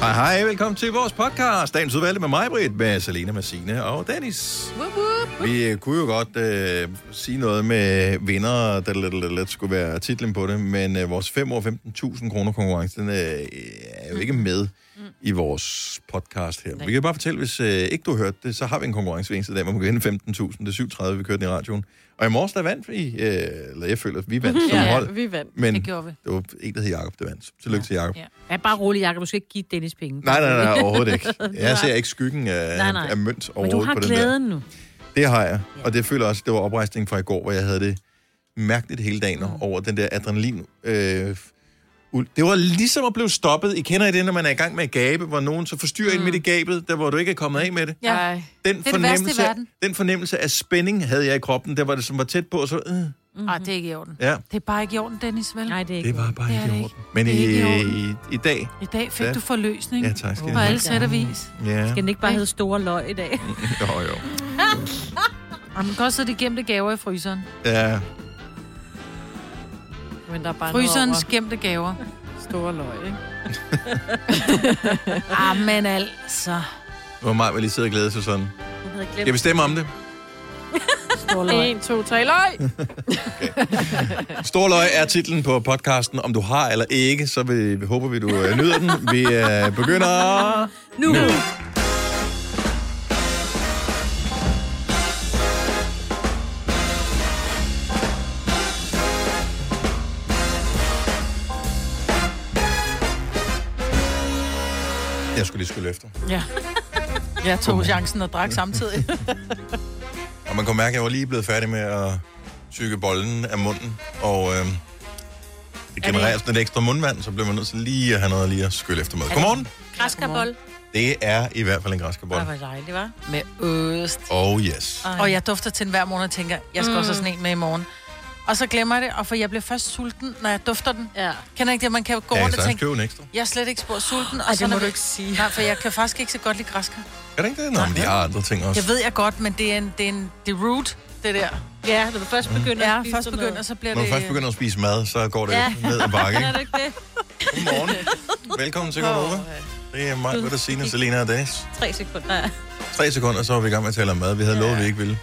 hej, velkommen til vores podcast. Dagens udvalgte med mig, Britt, med Selina, med Signe og Dennis. Woop, woop. Vi øh, kunne jo godt øh, sige noget med vinder, der lidt, lidt, lidt skulle være titlen på det, men øh, vores 5 år 15.000 kroner konkurrence, den øh, er jo ikke Mm. med i vores podcast her. Vi kan bare fortælle, hvis øh, ikke du hørte det, så har vi en konkurrence hver eneste dag, hvor man kan vinde 15.000. Det er 7.30, vi kørte den i radioen. Og i morges, der vandt vi, øh, eller jeg føler, at vi vandt som Ja, hold. vi vandt. Men Det gjorde vi. det var en, der hed Jacob, der vandt. Tillykke til Jacob. Ja. ja, bare rolig, Jacob. Du skal ikke give Dennis penge. Nej, nej, nej, overhovedet ikke. Jeg ser Nej. ikke skyggen af, Nej, nej. af mønt Men du overhovedet har på den glæden der. nu. Det har jeg, og det føler jeg også, det var oprejsning fra i går, hvor jeg havde det mærkeligt hele dagen mm. over den der adrenalin. Øh, ul- det var ligesom at blive stoppet. I kender I det, når man er i gang med at gabe, hvor nogen så forstyrrer mm. en midt i gabet, der hvor du ikke er kommet af med det. Ja. Ej. Den, Det er det værste i fornemmelse, verden. den fornemmelse af spænding havde jeg i kroppen, der var det som var tæt på, og så... Øh, Mm-hmm. Ej, det er ikke i orden. ja, Det er bare ikke i orden, Dennis, vel? Nej, det er ikke. det var bare Det er ikke i det orden. Men i, Det er ikke i i, i dag... I dag fik Ja. ja. du forløsning. Ja, tak skal I På have. alle sæt og vis. Ja, Skal den ikke bare hedde store løg i dag? jo, jo. Jamen, godt så er det gemte gaver i fryseren. Ja, Men der er bare Fryserens noget gemte gaver. over store løg, ikke? Ah, men altså. hvor meget vil I sidde og glæde sig sådan. Den hedder Skal vi glemt stemme om det? store løg. 1, 2, 3, løg! Storløg er titlen på podcasten. Om du har eller ikke, så vi, vi håber vi, du øh, nyder den. Vi øh, begynder... Nu! Jeg skulle lige skulle efter. Ja. Jeg tog chancen og drak samtidig. Og man kunne mærke, at jeg var lige blevet færdig med at tykke bollen af munden. Og øh, det genererer sådan et ekstra mundvand, så bliver man nødt til lige at have noget lige at skylle efter med. Godmorgen. Græskarbold. Det er i hvert fald en Ah, græskarbold. Det var dejligt, var. Med øst. Oh yes. Og jeg dufter til den hver morgen og tænker, jeg skal mm. også have sådan en med i morgen. Og så glemmer jeg det, og for jeg bliver først sulten, når jeg dufter den. Ja. Kender I ikke det? Man kan gå Jeg kan rundt og sagtens tænke, købe en ekstra. jeg er slet ikke spor sulten. Og Ej, så det når må vi- du ikke sige. Nej, for jeg kan faktisk ikke så godt lide græskar. Er det ikke det? Nå, men de har andre ting også. Jeg ved jeg godt, men det er en, det er en det er rude, det der. ligesom, Ja, når du Mm. først begynder Ja, at spise først sådan begynder, noget. så bliver Når du det... først begynder at spise mad, så går det Ja. ned ad bakke. ikke? Er det ikke det? Godmorgen. Velkommen til Gonova. Det er mig, hvad der siger, Selena og Dennis. Tre sekunder. Ja. Tre sekunder, så er vi i gang med at tale om mad. Vi havde lovet, at vi ikke ville.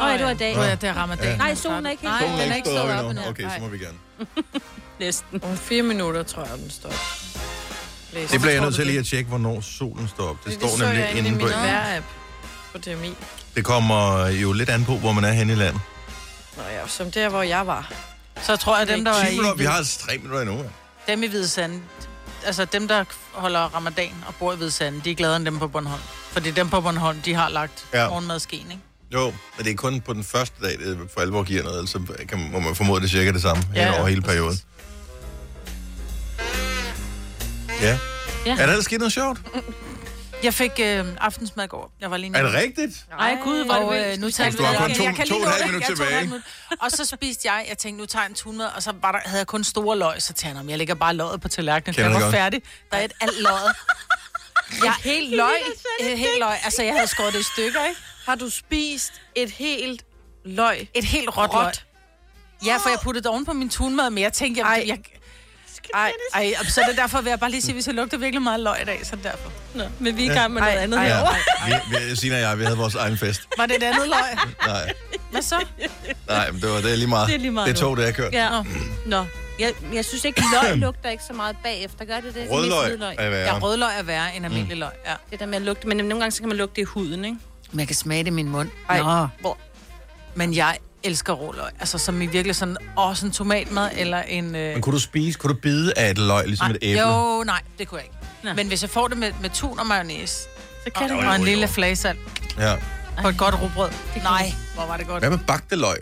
Øj, det var i dag. Nå, ja, det er ramadan. Nej, solen er ikke helt Nej, stået den er ikke ikke stået stået op op endnu. endnu. Okay, så må vi gerne. næsten. Om fire minutter, tror jeg, den står. Læs. Det bliver jeg nødt til lige at tjekke, hvornår solen står op. Det, står så nemlig jeg inde i inde på. min vejr-app på DMI. Det kommer jo lidt an på, hvor man er henne i landet. Nå ja, som der, hvor jeg var. Så tror jeg, dem, der Ti minutter, er vi i, har altså tre minutter endnu. ja. dem i Hvide Sande, altså dem, der holder ramadan og bor i Hvide Sande, de er gladere end dem på Bornholm. Fordi dem på Bornholm, de har lagt Ja. ja. morgenmadsken, ikke? Jo, men det er kun på den første dag, det for alvor giver noget, ellers så kan, man- må man formode det er cirka det samme Ja, ja, over ja, hele præcis. perioden. Ja. Ja. ja. Er der ellers sket noget sjovt? Jeg fik øh, aftensmad i går. Jeg var lige Er det rigtigt? Ej, gud, hvor er det og øh, vildt. nu tager du har kun to- to og et halvt minut tilbage. Og så spiste jeg, jeg tænkte, nu tager jeg en tunmad, og så var der, havde jeg kun store løg, så tænkte jeg, "Nå, jeg lægger bare løget på tallerkenen, for Kender jeg det var godt. færdig. Der er et alt løget. Jeg er helt løg, øh, helt løg. Altså, jeg havde skåret det i stykker, ikke? Har du spist et helt løg? Et helt råt, Råt. løg. Ja, for jeg puttede det oven på min tunmad, men jeg tænkte, jeg, Ej. jeg, ej, ej, og så er det derfor, vil jeg bare lige sige, hvis jeg lugter virkelig meget løg i dag, så er det derfor. Men vi er i gang med noget andet ej, Ja. herovre. Vi, vi, Sina og jeg, vi havde vores egen fest. Var det et andet løg? Nej. Hvad så? Nej, men det var det er lige meget. Det er lige meget Det tog, det jeg kørte. Ja. Ja. Nå. Nå. Jeg, jeg synes ikke, løg lugter ikke så meget bagefter. Gør det det? Rødløg Mest hvidløg. er værre. Ja, rødløg er værre end almindelig Mm. løg, ja. Det der med at lugte, men nogle gange så kan man lugte det i huden, ikke? Men jeg kan smage det i min mund. Ej, Nå. Men jeg elsker råløg. Altså, som i virkelig sådan, åh, sådan en tomatmad eller en... Øh... Men kunne du spise, kunne du bide af et løg, ligesom et æble? Jo, nej, det kunne jeg ikke. Nå. Nej. Men hvis jeg får det med, med tun og mayonnaise, Så kan det jo, og en jo. lille flagesalt Ja. på et godt rugbrød. Nej, hvor var det godt. Hvad med bagte løg?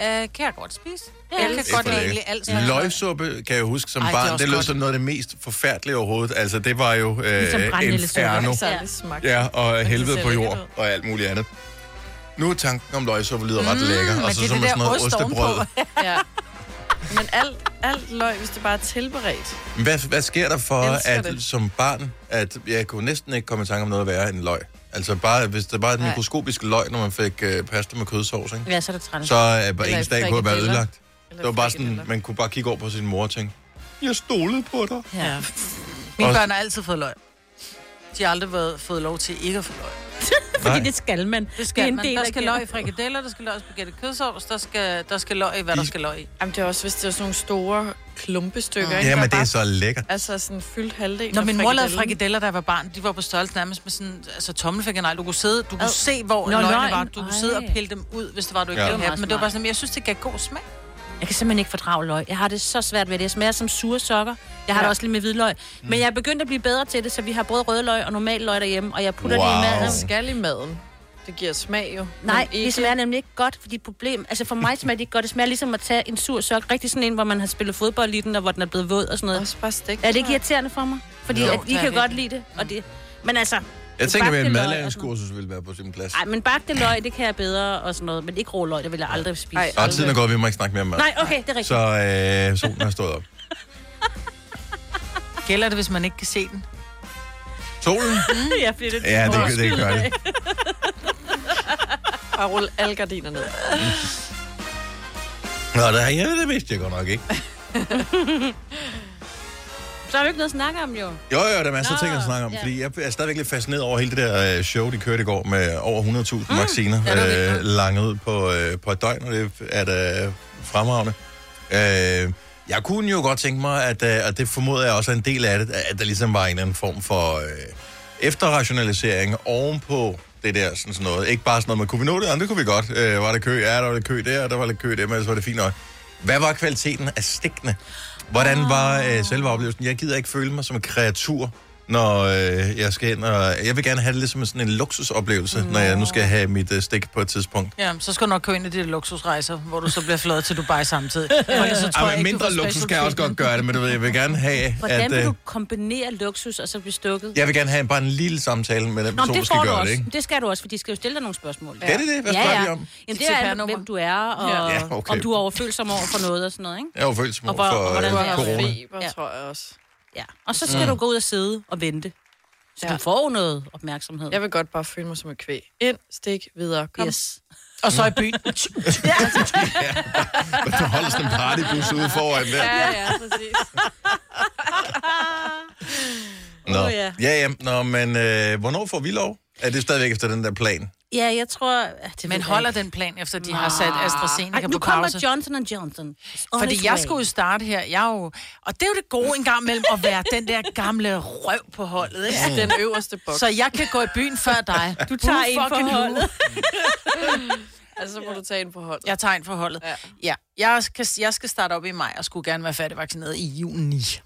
Øh, kan jeg godt spise? Ja, jeg det kan er godt for lide lækkert. egentlig alt. Løgsuppe, kan jeg huske som Ej, Ej, det er barn, det, også det lød godt. som noget af det mest forfærdelige overhovedet. Altså, det var jo øh, Ligesom brændenældesuppe. inferno. altså. Så Ja. det smagt. Ja, og helvede ser på lækkert jord ud. og alt muligt andet. Nu er tanken om løgsuppe lyder ret lækker. Og Mm, men så det er som det sådan der noget ost ovenpå. ostebrød. ja. Men alt, alt løg, hvis det bare er tilberedt. Men Hvad, hvad sker der for, Elsker at det. som barn, at jeg kunne næsten ikke komme i tanke om noget værre end løg? Altså bare, hvis det bare er et mikroskopisk løg, når man fik øh, pasta med kødsovs, ikke? Ja, så er det træls. så er bare Eller ens dag kunne være frikadeller. ødelagt. Eller Det var bare sådan, frikadeller. man kunne bare kigge over på sin mor og tænke, jeg stolede på dig. Ja. Mine Også- Også... børn har altid fået løg. De har aldrig været, fået lov til ikke at få løg. Fordi Nej. det skal man. Det skal det en man. del Der af skal gaven. løg i frikadeller, der skal løg i spaghetti kødsovs, der skal, der skal løg i, hvad der I- skal løg i. Jamen, det er også, hvis det er sådan nogle store klumpestykker, ikke? Ja, Der men det er bare- så lækkert. Altså sådan fyldt halvdelen Når af min mor lavede frikadellen. frikadeller, da jeg var barn, de var på størrelse nærmest med sådan, altså tommelfinger, nej, du kunne sidde, du kunne Ad. se, hvor Nå, løgene løgn. var, du kunne sidde og Ej. pille dem ud, hvis det var, du ikke Ja. ja. ville Det var have dem, men det var bare smart. sådan, jeg synes, det gav god smag. Jeg kan simpelthen ikke fordrage løg. Jeg har det så svært ved det. Jeg smager som sure sokker. Jeg har ja. det også lidt med hvidløg. Men jeg er begyndt at blive bedre til det, så vi har både rødløg og normal løg derhjemme, og jeg putter wow. det i Wow. maden. Man skal i maden. Det giver smag jo. Nej, Men det smager nemlig ikke godt, fordi problem... Altså for mig smager det ikke godt. Det smager ligesom at tage en sur sok, rigtig sådan en, hvor man har spillet fodbold i den, og hvor den er blevet våd og sådan noget. Også bare stegt. Er det ikke irriterende for mig? Fordi Jo, jo, at I det er kan det. godt lide det, og det... Men altså... Jeg tænker, at en bagte løg og madlæringskursus ville være på sin plads. sådan noget. Ej, men bagte løg, det kan jeg bedre og sådan noget, men ikke rå løg, det vil jeg aldrig spise. Ej. Og tiden er gået, vi må ikke snakke mere om mad. Nej, okay, det er rigtigt. Så Så... øh, solen er stået op. Gælder det, hvis man ikke kan se den? Solen? jeg bliver lidt Ja, det, det gør det. Bare rulle alle gardiner ned. Nå, det, ja, det vidste jeg godt nok ikke. Så har vi ikke noget at snakke om, jo. Jo, jo, der er masser af Nå, ting at snakke om, ja. fordi jeg er stadigvæk lidt fascineret over hele det der øh, show, de kørte i går med over 100.000 mm, vacciner ja, det var vildt øh, langet ud på, øh, på et døgn, og det er da fremragende. Øh, jeg kunne jo godt tænke mig, at, øh, og det formoder jeg også er en del af det, at der ligesom var en eller anden form for øh, efterrationalisering ovenpå det der sådan, sådan noget. Ikke bare sådan noget med, kunne vi nå det? Jamen, det kunne vi godt. Øh, var der kø? Ja, der var der kø der, der var der kø der, men ellers var det fint nok. Hvad var kvaliteten af stikkene? Hvordan var øh, selve oplevelsen? Jeg gider ikke føle mig som en kreatur, når øh, jeg skal ind. Og jeg vil gerne have det lidt som sådan en luksusoplevelse, når jeg nu skal have mit øh, stik på et tidspunkt. Ja, så skal du nok køre ind i de luksusrejser, hvor du så bliver fløjet til Dubai samtidig. Fordi så tror jeg men ikke, mindre du får luksus special kan jeg også godt treatment. gøre det, men du ved, jeg vil gerne have, Hvordan at... øh, vil du kombinere luksus og så blive stukket? jeg vil gerne have bare en lille samtale med den Nå, men person, der det skal får du gøre også. det, ikke? Det, det skal du også, for de skal jo stille dig nogle spørgsmål. Ja. Er det det? Hvad spørger de om? Jamen, Dit det er alt, CPR-nummer. hvem du er, og Ja. Ja, ja, okay. okay. om du er overfølsom over for noget og sådan noget, ikke? Jeg er jo følsom Og over hvor- for og hvordan øh, var jeg? corona. feber, Ja. ja. tror jeg også. Ja. Og så skal mm. du gå ud og sidde og vente. Så ja. du får noget opmærksomhed. Jeg vil godt bare føle mig som et kvæg. Ind, stik, videre, kom. Yes. Yes. Og så i byen. Der holder sådan en partybus ude foran der. Ja, ja, præcis. Nå. Åh, ja. Ja, ja. Nå, men øh, hvornår får vi lov? Er det stadigvæk efter den der plan? Ja, jeg tror... ah, Det ved Men jeg holder ikke. den plan, efter de har sat Ah. Ej, AstraZeneca nu på kommer pause? Johnson Johnson. It's on its Fordi jeg way. skulle jo starte her. Jeg er jo, og det er jo det gode en gang imellem at være den der gamle røv på holdet. Ikke? Den øverste boks. Så jeg kan gå i byen før dig. Du tager en for holdet. Altså, så må du tage en på hånden. Jeg tager en for holdet. Ja. Ja. ja. Jeg, skal, jeg skal starte op i maj, og skulle gerne være færdigvaccineret i juni.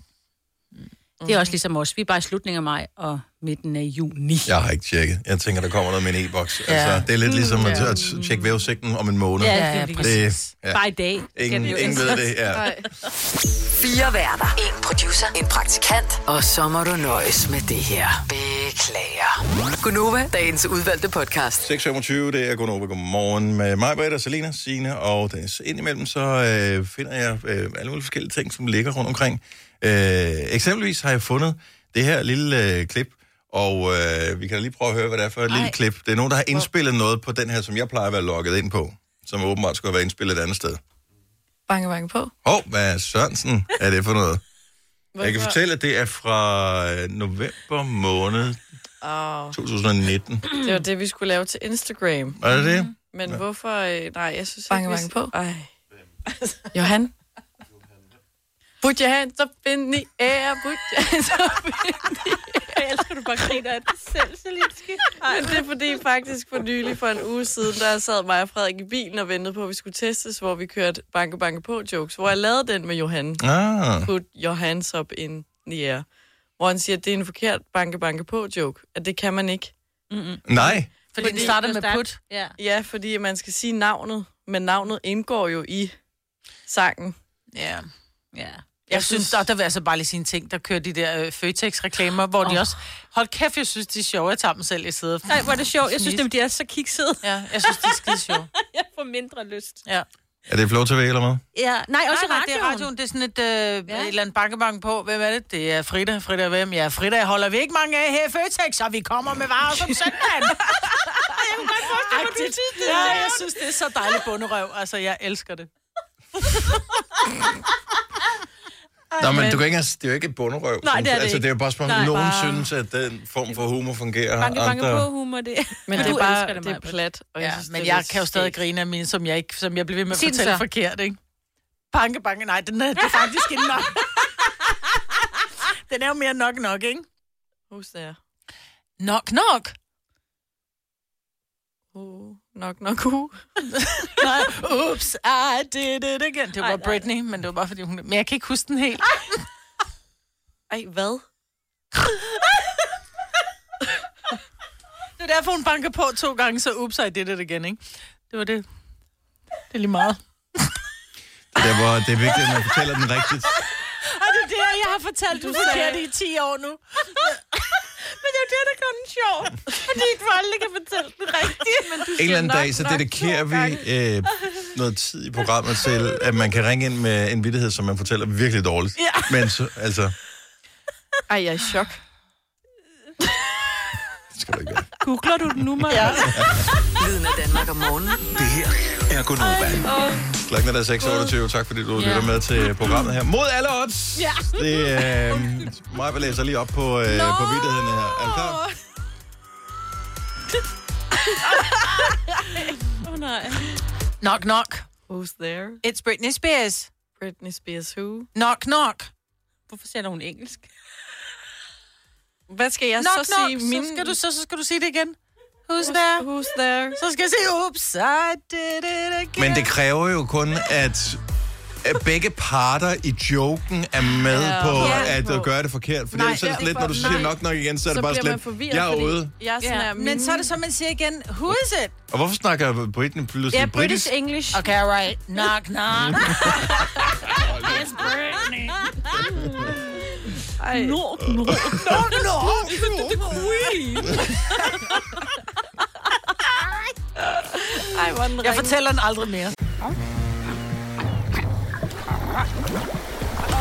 Det er også ligesom os. Vi er bare i slutningen af maj og midten af juni. Jeg har ikke tjekket. Jeg tænker, der kommer noget med en e-boks. Ja. Ja. Altså, det er lidt ligesom at, at tjekke vejrudsigten om en måned. Ja, Ja, ja, det- Det, ja. Bare i dag. skal Ingen, den jo ingen ved det. Ja. Nej. Fire værter. En producer. En praktikant. Og så må du nøjes med det her. Beklager. Gunova, dagens udvalgte podcast. 6.25, det er Gunnova. Godmorgen med mig, Britta, Selina, Signe og Dennis. Indimellem så øh, finder jeg øh, alle mulige forskellige ting, som ligger rundt omkring. Øh, eksempelvis har jeg fundet det her lille øh, klip, og øh, vi kan da lige prøve at høre, hvad det er for et Ej. lille klip. Det er nogen, der har indspillet noget på den her, som jeg plejer at være logget ind på, som åbenbart skulle have været indspillet et andet sted. Banke, banke på. Hov, hvad Sørensen er det for noget? Jeg kan Hvorfor? fortælle, at det er fra øh, november måned Åh, 2019. det var det, vi skulle lave til Instagram. Er det det? Mhm. Men hvorfor... øh, Nej, jeg synes Banke, ikke... banke på. Ej. Johan? Put your hands up in the air, put your hands up in Jeg elsker, du bare griner af det selv, Selinski. Men det er fordi faktisk for nylig, for en uge siden, der sad mig og Frederik i bilen og ventede på, at vi skulle testes, hvor vi kørte banke, banke på jokes, hvor jeg lavede den med Johan. Ah. Put your hands up in the air. Hvor han siger, at det er en forkert banke, banke på joke, at det kan man ikke. Nej. Fordi den starter med put. Ja. Ja, fordi man skal sige navnet, men navnet indgår jo i sangen. Ja. ja. Jeg synes, og der vil jeg altså bare lige sige en ting, der kører de der øh, Føtex-reklamer, hvor oh. de også... Hold kæft, jeg synes, de er sjove. Jeg tager dem selv i sædet. Ej, hvor er det sjovt. Jeg synes, det de er så kiksede. Ja, jeg synes, de er skide sjove. Jeg får mindre lyst. Ja. Er det Flow TV eller hvad? Ja. Nej, også Nej, nej, det er radioen. radioen. Det er sådan et, øh, ja. et eller andet bankebank på. Hvem er det? Det er Frida. Frida, hvem? Ja, Frida holder vi ikke mange af her i Føtex, og vi kommer med varer som søndagen. Agtigt. Ja, jeg synes, det er så dejligt bunderøv. Altså, jeg elsker det. Nå, men du kan ikke, engang- det er jo ikke et bunderøv. Nej, det er det altså, det er jo ikke. bare spørgsmål, Nej, nogen bare- synes, at den form for humor fungerer. Banke, banke andre- på humor, det Men Du det er elsker bare det er Maja. plat. Og Ja, jeg synes, men det er jeg lidt kan jo stadig skægt. grine af mine, som jeg, ikke, som jeg bliver ved med at Sig den fortælle så. forkert, ikke? Banke, banke, nej, den er, det er faktisk en nok. den er jo mere nok nok, ikke? Hus der. Nok nok. Uh, nok, nok, uh. Nej, Oops, I did it again. Ah, Det var bare Britney, men det var bare fordi hun... Men jeg kan ikke huske den helt. Ej, hvad? Det er derfor, hun banker på to gange, så oops, I did it again, ikke? Det var det. Det er lige meget. Det, var, det er vigtigt, at man fortæller den rigtigt. Og det er det, jeg har fortalt, du forkert i 10 år nu. Men det er jo det, der gør den sjov. Fordi ikke alle kan fortælle den rigtigt. Men du En eller anden dag, så dedikerer vi øh, noget tid i programmet til, at man kan ringe ind med en vittighed, som man fortæller virkelig dårligt. Ja. Men så, altså, det Ej, jeg er i chok. skal du ikke være. Googler du den nu, Maja? Ja. Lyden af Danmark om morgenen. Det her er Gonova. Klokken er da 6.28. Tak fordi du lytter med til programmet her. Mod alle odds! Ja. Det er... Øh, mig læser lige op på, øh, på vittigheden her. Er du klar? Oh, nej. Knock, knock. Who's there? It's Britney Spears. Britney Spears who? Knock, knock. Hvorfor sætter hun engelsk? Hvad skal jeg Knock, så knock. sige? Så, skal du, så, så skal du sige det igen. Who's there? Who's there? Så skal jeg sige, oops, I did it again. Men det kræver jo kun, at at begge parter i joken er med ja, på Ja. at, at gøre det forkert. Fordi Nej, ellers er det ja, sådan lidt, når du for- siger nej. nok nok igen, så, er så det bare bliver man slet, forvirret, jeg er fordi ude. Jeg er sådan Ja, her, Men så er det som, man siger igen, who is it? Og hvorfor snakker Britney pludselig Ja, yeah, British britisk? English. Okay, right. Knock, knock. Ej, Nord, nord. knock, knock. ej, hvor er den Jeg ringe. fortæller den aldrig mere.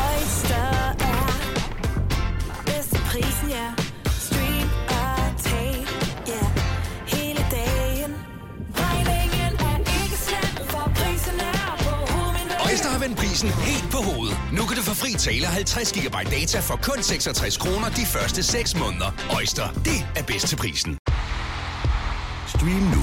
Oyster er bedst til prisen, ja. Stream og tag, ja. Hele dagen. Regningen er ikke slem, for prisen er på hovedet. Øjster har vendt prisen helt på hovedet. Nu kan du få fri tale 50 GB data for kun 66 kroner de første 6 måneder. Øjster, det er bedst til prisen. Stream nu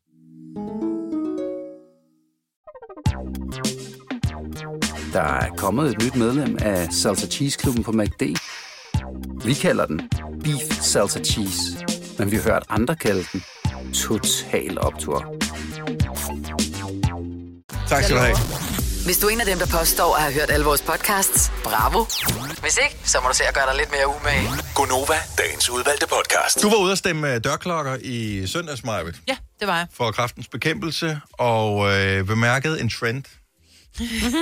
Der er kommet et nyt medlem af Salsa Cheese Klubben på MACD. Vi kalder den Beef Salsa Cheese, men vi har hørt andre kalde den Total Optor. Tak skal du have. Hvis du er en af dem, der påstår at have hørt alle vores podcasts, bravo. Hvis ikke, så må du se at gøre dig lidt mere umage. Gonova, dagens udvalgte podcast. Du var ude at stemme øh, dørklokker i søndags, Majbet, Ja, det var jeg. for kraftens bekæmpelse, og øh, bemærkede en trend.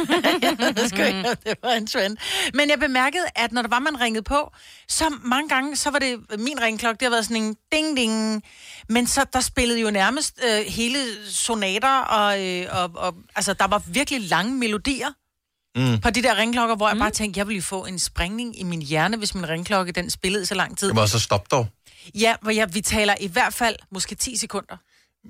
Det, skal jeg ikke. det var en trend. Men jeg bemærkede, at når der var, man ringede på, så mange gange, så var det min ringklokke, det har været sådan en ding-ding. Men så der spillede jo nærmest øh, hele sonater, og, øh, og, og altså, der var virkelig lange melodier mm. på de der ringklokker, hvor jeg bare tænkte, jeg ville jo få en springning i min hjerne, hvis min ringklokke, den spillede så lang tid. Det var så stop dog. Ja, hvor jeg, vi taler i hvert fald måske 10 sekunder.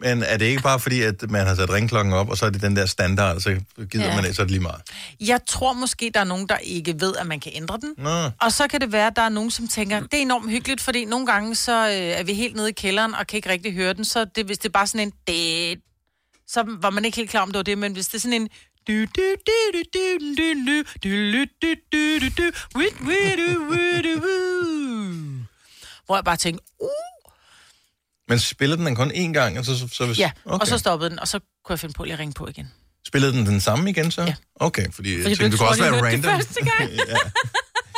Men er det ikke bare fordi, at man har sat ringklokken op, og så er det den der standard, så gider ja. man ikke, så er det lige meget. Jeg tror måske, der er nogen, der ikke ved, at man kan ændre den. Nå. Og så kan det være, at der er nogen, som tænker, det er enormt hyggeligt, fordi nogle gange, så øh, er vi helt nede i kælderen og kan ikke rigtig høre den. Så det, hvis det er bare sådan en... Det, så var man ikke helt klar om, det var det, men hvis det er sådan en... Du, du, du, du, du, du, du, du, du, du, du, du, du, du, du, du, du, du, du. Hvor jeg bare tænkte, uh, Men spiller den den kun én gang? Altså, så, så, hvis... Ja, okay. okay. og så stoppede den, og så kunne jeg finde på lige at ringe på igen. Spillede den den samme igen så? Ja. Okay, fordi, jeg Fordi tænkte, du du kunne også ikke være tror, de hørte det random. første gang.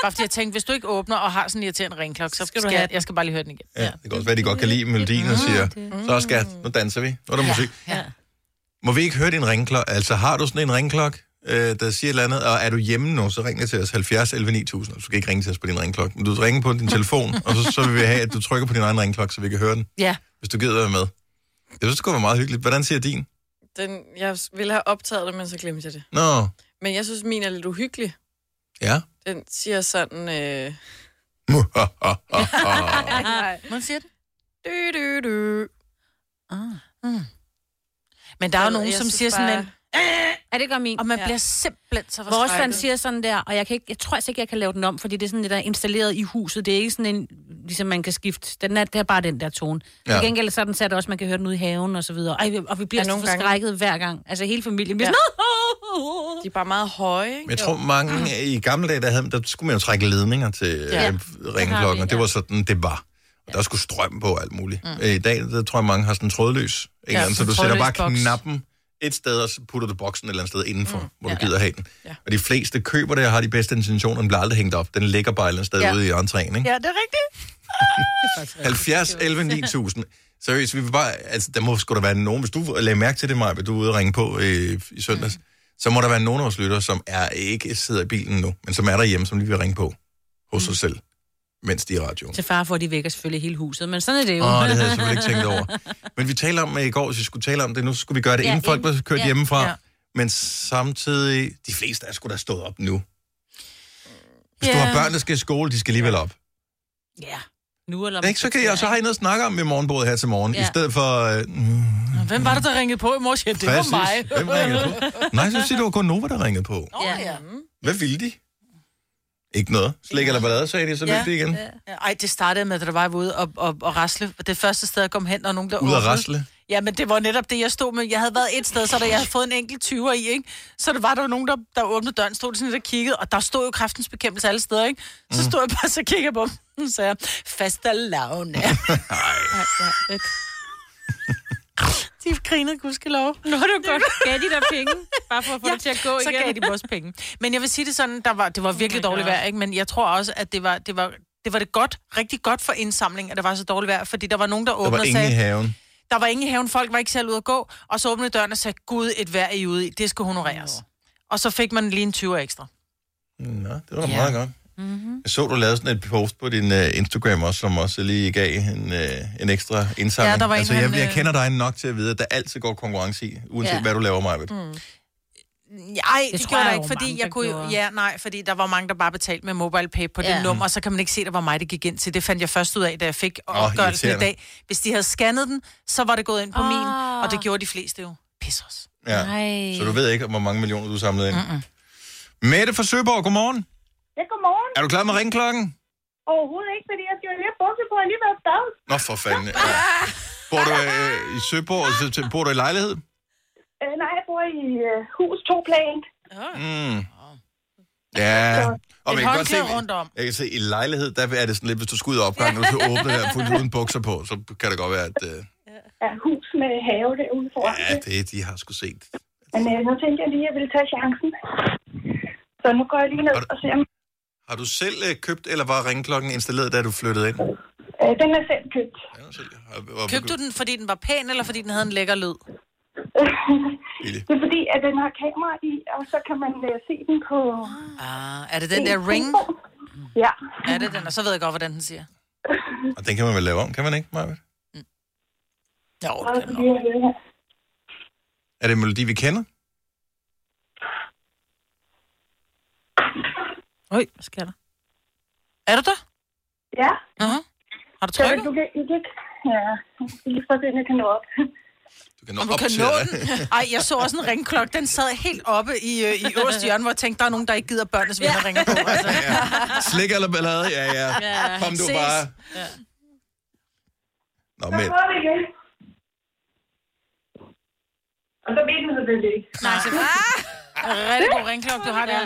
Bare fordi jeg tænkte, hvis du ikke åbner og har sådan en irriterende ringklok, så du skal, skal have jeg, den. jeg skal bare lige høre den igen. Ja, det kan også være, de godt kan lide melodien og siger, så skat, nu danser vi, nu er der musik. Ja. Må vi ikke høre din ringklok? Altså, har du sådan en ringklok, øh, der siger et eller andet, og er du hjemme nu, så ring lige til os 70 11 9000. Du skal ikke ringe til os på din ringklok, men du skal ringe på din telefon, og så, så vil vi have, at du trykker på din egen ringklok, så vi kan høre den, ja. hvis du gider være med. Jeg synes, det kunne være meget hyggeligt. Hvordan siger din? Den, jeg ville have optaget det, men så glemte jeg det. Nå, Men jeg synes, min er lidt uhyggelig. ja. Den siger sådan... Øh... Nej, nej. Hvordan siger det? Du, du, du. Men der er jo Jeg nogen, ved, jeg som synes siger sådan en... Ja, det gør min. Og man Ja. bliver simpelthen så Vores fan forskrækket. siger sådan der, og jeg, kan ikke, jeg tror altså ikke, jeg kan lave den om, fordi det er sådan, det der er installeret i huset. Det er ikke sådan en, ligesom man kan skifte. Den er, det er bare den der tone. Ja. Ja. Til gengæld så er den sat også, man kan høre den ude i haven og så videre. Ej, vi- og vi bliver ja, Ja, så nogle gange. forskrækket gange. hver gang. Altså hele familien bliver ja. Ja. De sådan, er bare meget høje, Men ikke? Jeg tror, mange Mm. i gamle dage, der, havde, der skulle man jo trække ledninger til Ja. ja. ringklokken, og det var sådan, det var. Og der skulle strøm på og alt muligt. Mm. I dag, der tror jeg, mange har sådan en trådløs. Ja, anden, så sådan du en sætter bare trådløs boks. knappen et sted, og så putter du boksen et eller andet sted indenfor, mm. hvor du Ja. gider have den. Ja. Og de fleste køber det og har de bedste intentioner, den bliver aldrig hængt op. Den ligger bare et eller andet sted Ja. ja. ude i entréen, ikke? Ja, det er rigtigt. 70, 11, 9000. Seriøst, vi vil bare, altså, der må sgu da være nogen, hvis du lagde mærke til det, Maja, du er ude og ringe på øh, i søndags, mm. så må der være nogen af vores lyttere, som er, ikke sidder i bilen nu, men som er derhjemme, som lige vil ringe på hos sig selv, mens de er i radioen. Til far for, at de vækker selvfølgelig hele huset, men sådan er det jo. Åh, oh, det havde jeg selvfølgelig ikke tænkt over. Men vi talte om øh, i går, hvis vi skulle tale om det, nu skulle vi gøre det, Ja, ja, inden folk inden- var kørt ja, ja, hjemmefra. ja. Ja. Men samtidig, de fleste er sgu da stået op nu. Hvis yeah. du Ja. har børn, der skal i skole, de skal alligevel op. Ja. Nu eller Ikke? Så, kan jeg, så har I noget at snakke om ved morgenbordet her til morgen, Ja. i stedet for... Øh, mm, Hvem var det, der ringede på i morges? Ja, det var Præcis. mig. Hvem ringede på? Nej, så siger du, at kun Nova, der ringede på. Åh, ja. Hvad ville de? Ikke noget. Slik eller ballade, sagde de, så løb Ja. de igen. Ej, det startede med, at der var jeg ude og, og, og rasle. Det første sted, jeg kom hen, og nogen der Ud at åbnede. rasle. Ja, men det var netop det, jeg stod med. Jeg havde været et sted, så da jeg havde fået en enkelt 20'er i, ikke? Så det var der var nogen, der, der åbnede døren, stod sådan lidt og kiggede, og der stod jo kræftens bekæmpelse alle steder, ikke? Så Mhm. stod jeg bare så kiggede på dem, så sagde jeg, fasta lavne. de grinede, gudskelov. Nu har du godt gav de der penge, bare for at få ja, det til at gå så igen. gav de vores penge. Men jeg vil sige det sådan, der var, det var virkelig my dårligt God. vejr, ikke? men jeg tror også, at det var, det var, det var det godt, rigtig godt for indsamling, at der var så dårligt vejr, fordi der var nogen, der Der åbnede var og ingen i sagde, haven. der var ingen i haven, folk var ikke selv ude at gå, og så åbnede døren og sagde, gud, et vejr I er ude i, det skal honoreres. Og så fik man lige en 20 ekstra. Nå, det var da Ja. Mhm. meget godt. Mm-hmm. Jeg så, du lavede sådan et post på din uh, Instagram også, som også lige gav en, uh, en ekstra indsamling. Ja, der var en, altså, jeg, han, jeg øh, kender dig nok til at vide, at der altid går konkurrence i, uanset Ja. ja. hvad du laver, Majbet. Mm. Nej, det, det tror jeg, gjorde der der ikke, var fordi mange, jeg der kunne... jo- gjorde. Ja, nej, fordi der var mange, der bare betalte med MobilePay på Ja. det nummer, og så kan man ikke se, der var mig, det gik ind til. Det fandt jeg først ud af, da jeg fik opgørelsen i irriterende. dag. Hvis de havde scannet den, så var det gået ind på Åh. min, og det gjorde de fleste jo. Pis os. Ja. Nej. Så du ved ikke, hvor mange millioner du samlede ind. Mm-mm. Mette fra Søborg, godmorgen. Ja, godmorgen. Er du klar med ringklokken? Overhovedet ikke, fordi jeg skal jo lige have bukser på, og lige været dag. Nå, for fanden. Ja. Bor du øh, i Søborg? Så- så Bor du i lejlighed? Øh, nej, jeg bor i øh, hus to plan. Mm. Ja. Og man kan godt se, håndklæde rundt om. jeg kan se, i lejlighed, der er det sådan lidt, hvis du skal ud af opgangen, og du skal åbne her fuldt uden bukser på, så kan det godt være, at øh, Ja, hus med have derude foran. ja, det, de har sgu set. Men øh, nu tænkte jeg lige, at jeg ville tage chancen. Så nu går jeg lige ned Har du- og ser, om Har du selv øh, købt, eller var ringklokken installeret, da du flyttede ind? øh, den er selv købt. Ja, selv. Har- var- Købte du den, fordi den var pæn, eller fordi den havde en lækker lyd? Billig. det er fordi, at den har kamera i, og så kan man øh, se den på... Ah, er det den der ring? Ja. Er det den? Og så ved jeg godt, hvordan den siger. Og den kan man vel lave om, kan man ikke, Maja? Jo, Og det så kan den lige at høre her. Er det en melodi, vi kender? Øj, hvad sker der? Er du der? Ja, Uh-huh. Har du så du trykket? kan, I kan ikke... Ja, I kan prøve at se, om jeg kan nå op. Du kan nå, Du op kan til nå det. den. Ej, jeg så også en ringklokke. Den sad helt oppe i, øh, i øverste hjørne, hvor jeg tænkte, der er nogen, der ikke gider børnenes venner ja. ringer på. Altså. Slik eller ballade? Ja, ja. Kom du ses. bare. Nå, Så men prøver vi igen. Og så ved den selvfølgelig ikke. Nej, så... Rigtig god ringklokke, du har der.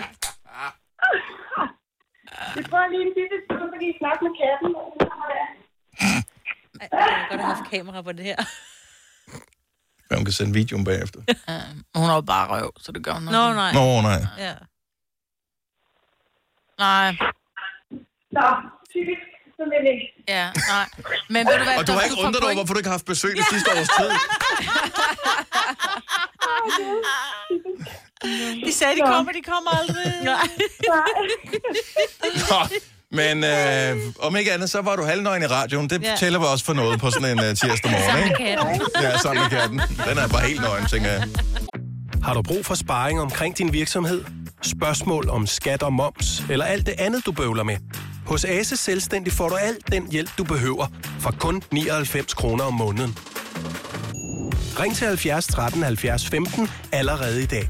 Vi prøver lige en sidste tur, fordi I snakker med katten. Ej, jeg kunne godt have haft kamera på det her. Men hun kan sende videoen bagefter. Hun har jo bare røv, så det gør hun nok Nå, ikke. nej. Nå, nej. Ja. Nej, Nå, typisk. Sådan er det. ja, nej. Men ved du hvad, Og du har ikke får undret dig over, point. hvorfor du ikke har haft besøg det sidste års tid. De sagde, de kommer, de kommer aldrig. Nå, men øh, om ikke andet, så var du halvnøgen i radioen. Det Ja. tæller vi også for noget på sådan en øh, tirsdag morgen, Sammen ikke? med katten. Ja, sammen med katten. Den er bare helt nøgen, tænker jeg. Har du brug for sparring omkring din virksomhed? Spørgsmål om skat og moms, eller alt det andet, du bøvler med? Hos Ase Selvstændig får du alt den hjælp, du behøver, for kun 99 kroner om måneden. Ring til 70 13 70 15 allerede i dag.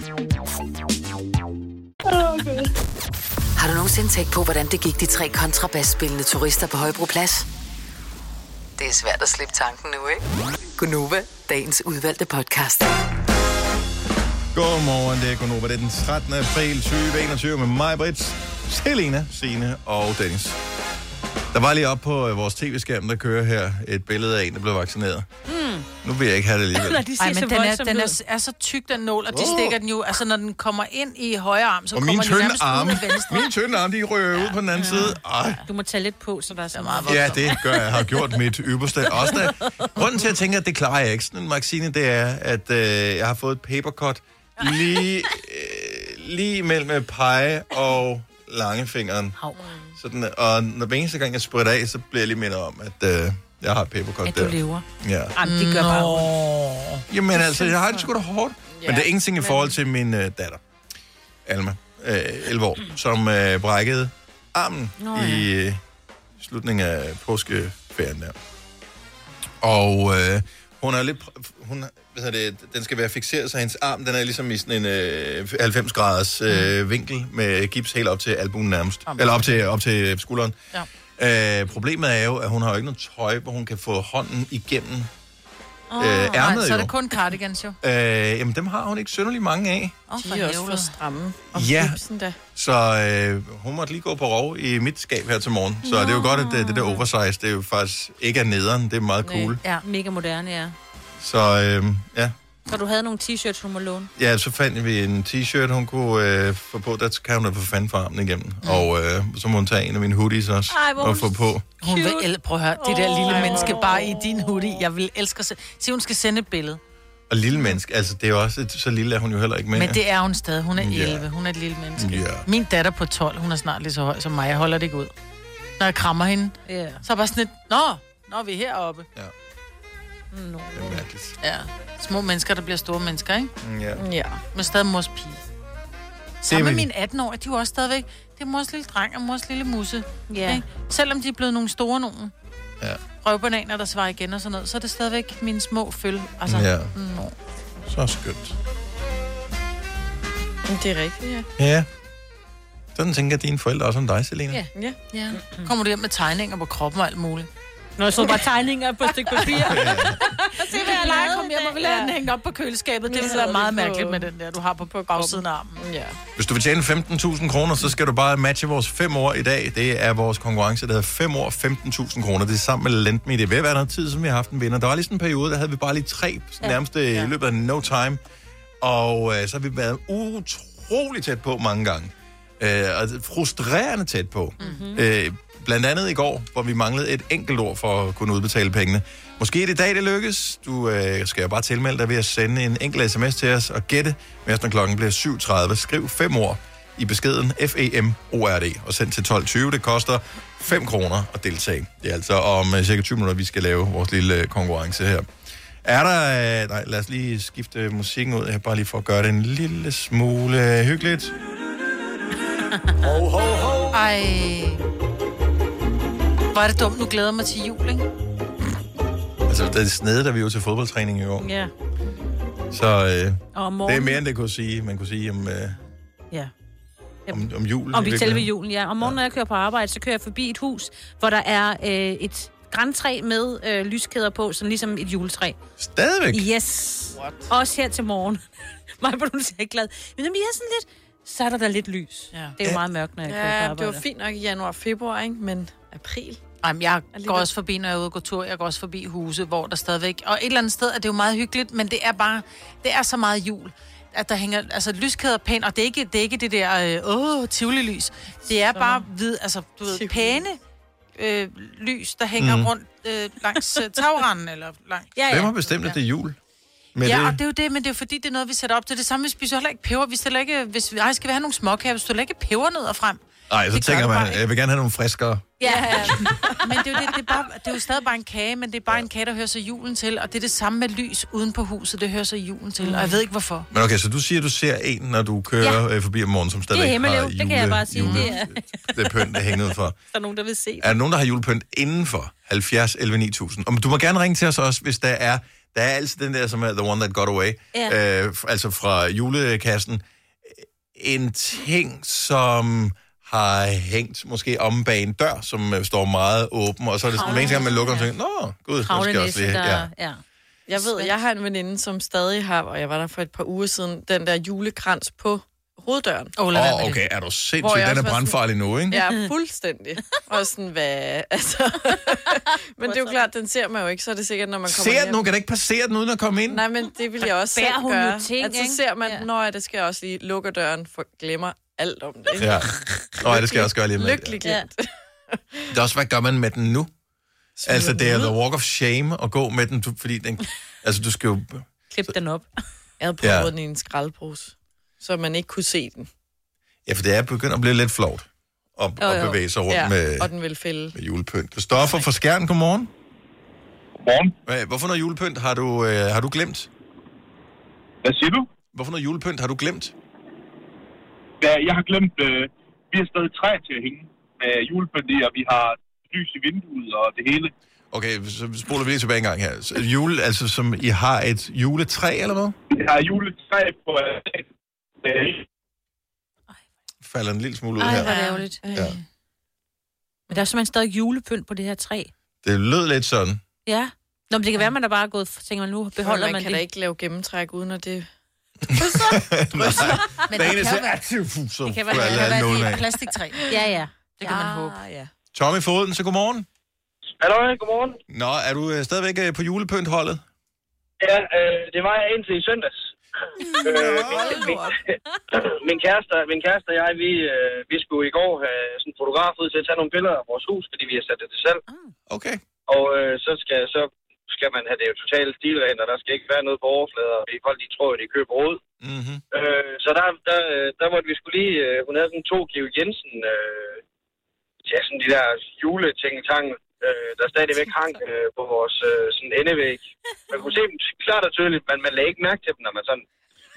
Har du nogensinde tænkt på, hvordan det gik de tre kontrabasspillende turister på Højbroplads? Det er svært at slippe tanken nu, ikke? Gunova, dagens udvalgte podcast. Godmorgen, det er Gunova. Det er den 13. april 2021 med mig, Brits, Selena, Sine og Dennis. Der var lige op på øh, vores tv-skærm, der kører her, et billede af en, der blev vaccineret. Mm. Nu vil jeg ikke have det alligevel. Ej, men den er, den er, er så tyk, den nål, og de Wow. stikker den jo, altså når den kommer ind i højre arm, så og kommer mine den tynde nærmest arme, ud af venstre. mine tynde arme, de rører ud på den anden side. Ej. Du må tage lidt på, så der er så meget Ja, det gør jeg. Jeg har gjort mit ypperste. Også da, grunden til, at jeg tænker, at det klarer jeg ikke sådan en vaccine, det er, at øh, jeg har fået et papercut lige, øh, lige mellem pege og langefingeren. Mm. Sådan, og når hver eneste gang, jeg spritter af, så bliver jeg lige mindet om, at øh, jeg har et papercut At der. du lever. Ja. Jamen, det gør bare ondt. Jamen altså, jeg har det sgu da hårdt. Ja, men det er ingenting i forhold til min øh, datter, Alma, øh, 11 år, som øh, brækkede armen Nå, Nå, ja. ja. i øh, slutningen af påskeferien der. Og øh, hun er lidt... pr- Hun, hvad hedder det, den skal være fixeret, så hendes arm den er ligesom i sådan en øh, 90-graders øh, vinkel med gips helt op til albuen nærmest. Eller op til, op til skulderen. Ja. Øh, problemet er jo, at hun har jo ikke noget tøj, hvor hun kan få hånden igennem Åh, øh, nej, ærmet Så er jo. det kun cardigans jo. Øh, jamen, dem har hun ikke synderlig mange af. Åh, De er også for stramme. Og Ja. flipsen da. Så øh, hun måtte lige gå på rov i mit skab her til morgen. Så det er jo godt, at det, det der oversize, det er jo faktisk ikke er nederen. Det er meget cool. Ja, mega moderne, ja. Så øh, ja. Så du havde nogle t-shirts, hun må låne. ja, så fandt vi en t-shirt, hun kunne øh, få på. Der kan hun da få fanden for armen igennem. Mm. Og øh, så må hun tage en af mine hoodies også Ej, hvor og hun få på. Hun vil el- prøv at høre, det der lille menneske bare i din hoodie. Jeg vil elske at se. Se, hun skal sende et billede. Og lille menneske, altså det er jo også, et, så lille er hun jo heller ikke med. Men det er hun stadig. Hun er Mm. Ja. 11. Hun er et lille menneske. Ja. Min datter på 12, hun er snart lige så høj som mig. Jeg holder det ikke ud. Når jeg krammer hende, Ja. så er jeg bare sådan lidt, nå, nå, vi er heroppe. Ja. Nå. Det er mærkeligt. Mm, Ja. Små mennesker, der bliver store mennesker, ikke? Ja. Ja. Men stadig mors pige. Sammen med vil- min 18-årige, de er jo også stadigvæk, det er mors lille dreng og mors lille musse. Ja. Ikke? Selvom de er blevet nogle store nogen. Ja. Røvbananer, der svarer igen og sådan noget, så er det stadigvæk mine små føl. Altså, Ja. mm. Så skønt. Men det er rigtigt, ja. Ja. Sådan tænker dine forældre også om dig, Selena. Ja. ja. ja. Kommer du hjem med tegninger på kroppen og alt muligt? Nå, jeg så bare tegninger på et stykke papir. Se, hvad jeg leger. Kom hjem og vil have den hængt op på køleskabet. Det Jeg vil sad være meget lige på- mærkeligt med den der, du har på, på bagsiden af armen. Ja. Hvis du vil tjene 15.000 kroner, så skal du bare matche vores 5 år i dag. Det er vores konkurrence, der hedder 5 år 15.000 kroner. Det er sammen med Lendme. Det er ved at være noget tid, som vi har haft en vinder. Der var lige sådan en periode, der havde vi bare lige tre ja. nærmest ja. i løbet af no time. Og øh, så har vi været utrolig tæt på mange gange. Øh, og det er frustrerende tæt på. Mm-hmm. Øh, blandt andet i går, hvor vi manglede et enkelt ord for at kunne udbetale pengene. Måske er det i dag, det lykkes. Du øh, skal jo bare tilmelde dig ved at sende en enkelt sms til os og gætte, mens når klokken bliver 7.30. Skriv fem ord i beskeden E FEMORD og send til 12.20. Det koster 5 kroner at deltage. Det er altså om øh, cirka 20 minutter, vi skal lave vores lille øh, konkurrence her. Er der... øh, Nej, lad os lige skifte musikken ud her, bare lige for at gøre det en lille smule øh, hyggeligt. Ho, ho, ho. Ej. Hvor er det dumt, nu glæder jeg mig til jul, ikke? Altså, det snede, da vi var til fodboldtræning i går. Ja. Så øh, Og om det er morgenen. mere, end det kunne sige. Man kunne sige om, øh, Ja. om, om julen. Og i vi virkeligheden. tæller ved julen, ja. Om morgenen, når jeg kører på arbejde, så kører jeg forbi et hus, hvor der er øh, et græntræ med øh, lyskæder på, sådan ligesom et juletræ. Stadigvæk? Yes. What? Også her til morgen. Mig på du er glad. Men jamen, jeg er sådan lidt, så er der da lidt lys. Ja. Det er jo meget mørkt, når jeg kører på Ja, arbejde. det var fint nok i januar februar, ikke? Men april. Ej, men jeg går også forbi, når jeg er ude og går tur. Jeg går også forbi huse, hvor der stadigvæk... Og et eller andet sted er det jo meget hyggeligt, men det er bare... Det er så meget jul, at der hænger altså, lyskæder pænt. Og det er ikke det, er ikke det der, øh, åh, tivoli-lys. Det er bare hvid, altså, du ved, pæne øh, lys, der hænger Mhm. mm. rundt øh, langs øh, tagranden. Eller langs. Hvem har bestemt, at det er jul? Men ja, det... og det... det er jo det, men det er jo fordi, det er noget, vi sætter op til. Det samme, vi spiser heller ikke peber. Vi stiller ikke, hvis vi, ej, skal vi have nogle småkager, vi stiller ikke pebernødder frem. Ej, så Det det gør tænker det bare man, jeg vil gerne have nogle friskere. Ja, ja. men det er, jo det, det, er bare, det er jo stadig bare en kage, men det er bare en kage, der hører sig julen til. Og det er det samme med lys uden på huset, det hører sig julen til. Og jeg ved ikke, hvorfor. Men okay, så du siger, at du ser en, når du kører Ja. ja. øh, forbi om morgenen, som stadigvæk Det er Himmelev, har det jule, kan jeg bare sige, Jule, det er- det pynt, det hænger ud for. Der er nogen, der vil se det. Er der nogen, der har julepynt indenfor 70 11 9000? Og du må gerne ringe til os også, hvis der er... Der er altid den der, som er the one that got away. Ja. Øh, f- altså fra julekassen. En ting, som har hængt måske om bag en dør, som øh, står meget åben, og så er det sådan, at gang man lukker, og tænker, nå, gud, nu skal jeg også lige... Ja. ja. Jeg ved, jeg har en veninde, som stadig har, og jeg var der for et par uger siden, den der julekrans på hoveddøren. Åh, oh, okay, er du Hvor sindssyg? jeg Den også er var sådan- brandfarlig nu, ikke? Ja, fuldstændig. Og sådan, hvad... Altså. men det er jo klart, den ser man jo ikke, så er det sikkert, når man Ser kommer hjem. den, hun kan da ikke passere den uden at komme ind. Nej, men det vil jeg også Bærer selv hun jo gøre. ting, at så ikke? ser man, ja. når det skal jeg også lige lukke døren, for glemmer alt om det. ikke? Ja. Nå, ja, det skal jeg også gøre lige med. Lykkelig glemt. Ja. Det er også, hvad gør man med den nu? Altså, det er the walk of shame at gå med den, du, fordi den... Altså, du skal jo... Klip den op. Jeg havde Ja. prøvet den i en skraldbrus, så man ikke kunne se den. Ja, for det er begyndt at blive lidt flot at, at bevæge sig rundt ja, ja. med, og den vil fælde. med julepynt. Christoffer fra Skjern, godmorgen. Godmorgen. Hvorfor noget julepynt har du, øh, har du glemt? Hvad siger du? Hvorfor noget julepynt har du glemt? Ja, jeg har glemt, øh, vi har stadig træ til at hænge med julepynt i, og vi har lys i vinduet og det hele. Okay, så spoler vi lige tilbage en gang her. Så, jule, altså, som I har et juletræ, eller hvad? Vi har juletræ på øh, Falder en lille smule ud Ej, her. hvor er det ærgerligt. Ja. Men der er simpelthen stadig julepynt på det her træ. Det lød lidt sådan. Ja. Nå, men det kan være, man er bare gået, tænker man nu, beholder man man, kan det. da ikke lave gennemtræk uden at det... Nej, Men der er det kan jo en, der siger, være- at så Det kan får være, det jeg kan lavet være nålen et af." helt plastiktræ. Ja, ja. Det kan Ah, man håbe. Ja. Tommy Foden, så godmorgen. Hallo, godmorgen. Nå, er du øh, stadigvæk øh, på julepyntholdet? Ja, øh, det var jeg indtil i søndags. Øh, min- min, min, kæreste, min kæreste og jeg, vi, øh, vi skulle i går have sådan en fotograf ud til at tage nogle billeder af vores hus, fordi vi har sat det til salg. Okay. Og øh, så, skal, så skal man have det jo totalt stilrent, og der skal ikke være noget på overflader, og folk de tror, at de køber rod. Mm-hmm. Øh, så der, der, øh, der måtte vi skulle lige... Øh, hun havde sådan to Georg Jensen... Øh, ja, sådan de der juletingetang, øh, der stadigvæk hang øh, på vores øh, sådan endevæg. Man kunne se dem klart og tydeligt, men man lagde ikke mærke til dem, når man sådan...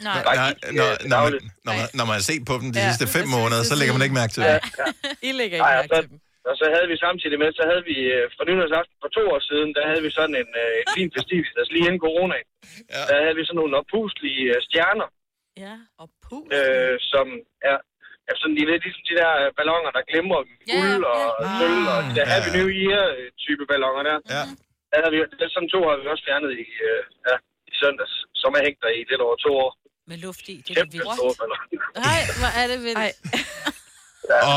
Nej, Bare nej, gik, øh, når, til når, man, dagligt. når, man, når man har set på dem de Ja, ja, sidste fem præcis, måneder, så lægger man ikke mærke til det. ja. I lægger ikke mærke til dem. Og så havde vi samtidig med, så havde vi øh, fra nytårsaften for to år siden, der havde vi sådan en, øh, en fin festivitas, altså lige inden corona. Ja. Der havde vi sådan nogle opuslige øh, stjerner, Ja. øh, som er ja, sådan de, lidt ligesom de der øh, ballonger, der glimrer ja, guld og sølv, og de der ja, Happy ja. New Year-type ballonger der. Ja. Der havde vi, sådan to har vi også fjernet i, øh, ja, i søndags, som er hængt der i lidt over to år. Med luft i, det er Kæmpe vildt. store ballonger. Nej, hvor er det vildt.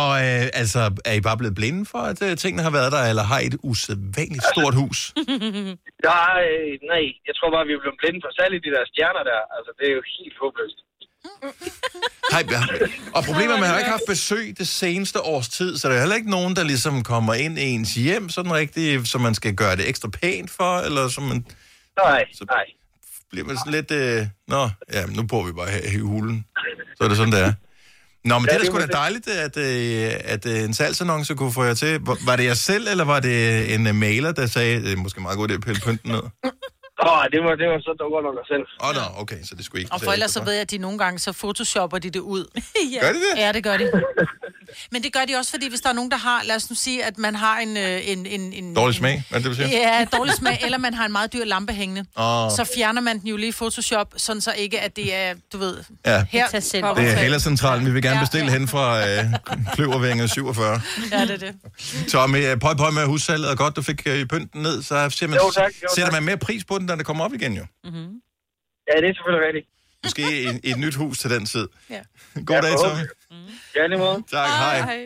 Og øh, altså, er I bare blevet blinde for, at øh, tingene har været der, eller har I et usædvanligt stort hus? Nej, øh, nej, jeg tror bare, vi er blevet blinde for særligt de der stjerner der. Altså, det er jo helt håbløst. Hej, ja. Og problemet er, at man har ikke haft besøg det seneste års tid, så der er heller ikke nogen, der ligesom kommer ind i ens hjem, sådan rigtigt, som man skal gøre det ekstra pænt for, eller som man... Nej, så nej. bliver man sådan lidt... Øh, Nå, ja, men nu bor vi bare her i hulen. Så er det sådan, der. Nå, men Ja, det er da det sgu må da det. dejligt, at, øh, at øh, en salgsannonce kunne få jer til. Var- Var det jer selv, eller var det en øh, maler, der sagde, det er måske meget godt at pille pynten ned? Åh, det var, det var så dumt nok os selv. Åh, oh, nå, okay, så det skulle I ikke Og for tage ellers så efter ved jeg, at de nogle gange, så photoshopper de det ud. ja. Gør de det? Ja, det gør de. Men det gør de også, fordi hvis der er nogen, der har, lad os nu sige, at man har en... øh, en, en, en Dårlig smag, hvad er det, du siger? Ja, dårlig smag, eller man har en meget dyr lampe hængende. Åh. Så fjerner man den jo lige i Photoshop, sådan så ikke, at det er, du ved... Ja. Her mig. Det er Hellercentralen, vi vil gerne bestille hen fra øh, Kløvervænget 47. Ja, det er det. Tommy, øh, pøj pøj med at hussalget, og godt du fik øh, pynten ned, så ser man, Jo, tak, jo, tak. sætter man mere pris på den, når det kommer op igen jo. Ja, det er selvfølgelig rigtigt. Måske et, et nyt hus til den tid. Ja. God Ja, dag, Tommy. forhåbentlig. Ja, lige måde. Tak, hej.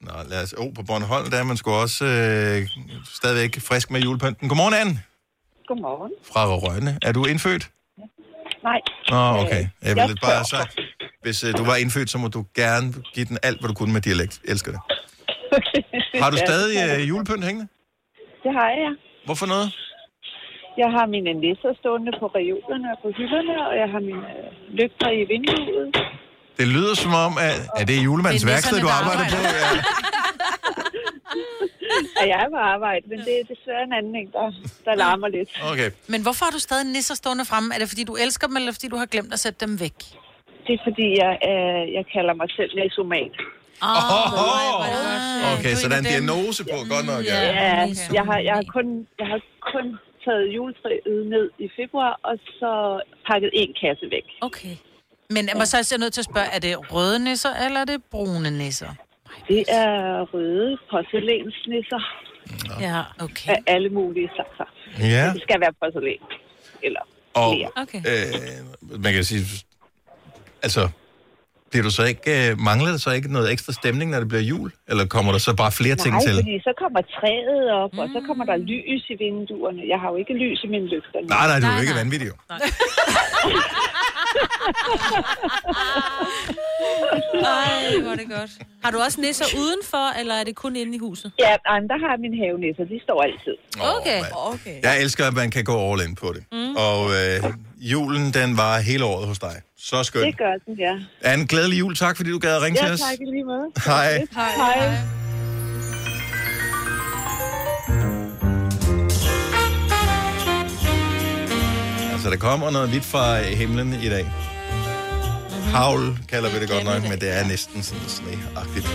Nå, lad os... Oh, på Bornholm, der er man sgu også øh, stadigvæk frisk med julepynten. Godmorgen, Anne. Godmorgen. Fra Rønne. Er du indfødt? Nej. Øh, Nå, okay. Jeg jeg ville bare så... Hvis øh, du var indfødt, så må du gerne give den alt, hvad du kunne med dialekt. Elsker det. Har du Ja, det stadig kan øh, julepynt hængende? jeg. Det har jeg. Hvorfor noget? Jeg har mine nisser stående på reolerne og på hylderne, og jeg har mine øh, lygter i vinduet. Det lyder som om, at er det julemandens Det er værksted, nisserne, du der arbejder på? Ja. og jeg er på arbejde, men det er desværre en anden en, der, der larmer lidt. Okay. Men hvorfor har du stadig nisser stående fremme? Er det, fordi du elsker dem, eller fordi du har glemt at sætte dem væk? Det er fordi, jeg, øh, jeg kalder mig selv næsomat. Okay, så der er en diagnose på, godt nok. Ja, ja altså, jeg, har, jeg, har kun, jeg har kun taget juletræet ned i februar, og så pakket en kasse væk. Okay. Men er man så også nødt til at spørge, er det røde nisser, eller er det brune nisser? Det er røde porcelænsnisser. Ja, okay. Af alle mulige slagser. Ja. Men Det skal være porcelæn. Eller Og flere. okay. øh, man kan sige, altså, bliver du så ikke, øh, mangler der så ikke noget ekstra stemning, når det bliver jul? Eller kommer der så bare flere ting Nej, til? fordi så kommer træet op, og så kommer der lys i vinduerne. Jeg har jo ikke lys i mine lygter. nu. Nej, nej, du er jo ikke vanvittig. jo. Ej, hvor er det godt. Har du også nisser udenfor, eller er det kun inde i huset? Ja, nej, men der har jeg min havenæsser. De står altid. Okay. okay. Jeg elsker, at man kan gå all in på det. Mm. Og øh, julen, den var hele året hos dig. Så Det skønt. gør den, ja. Anne, glædelig jul. Tak, fordi du gad at ringe ja, til os. tak i lige måde. Hej. Hej. Hej. Altså, der kommer noget vidt fra himlen i dag. Havl kalder vi det godt nok, men det er næsten sådan sneagtigt.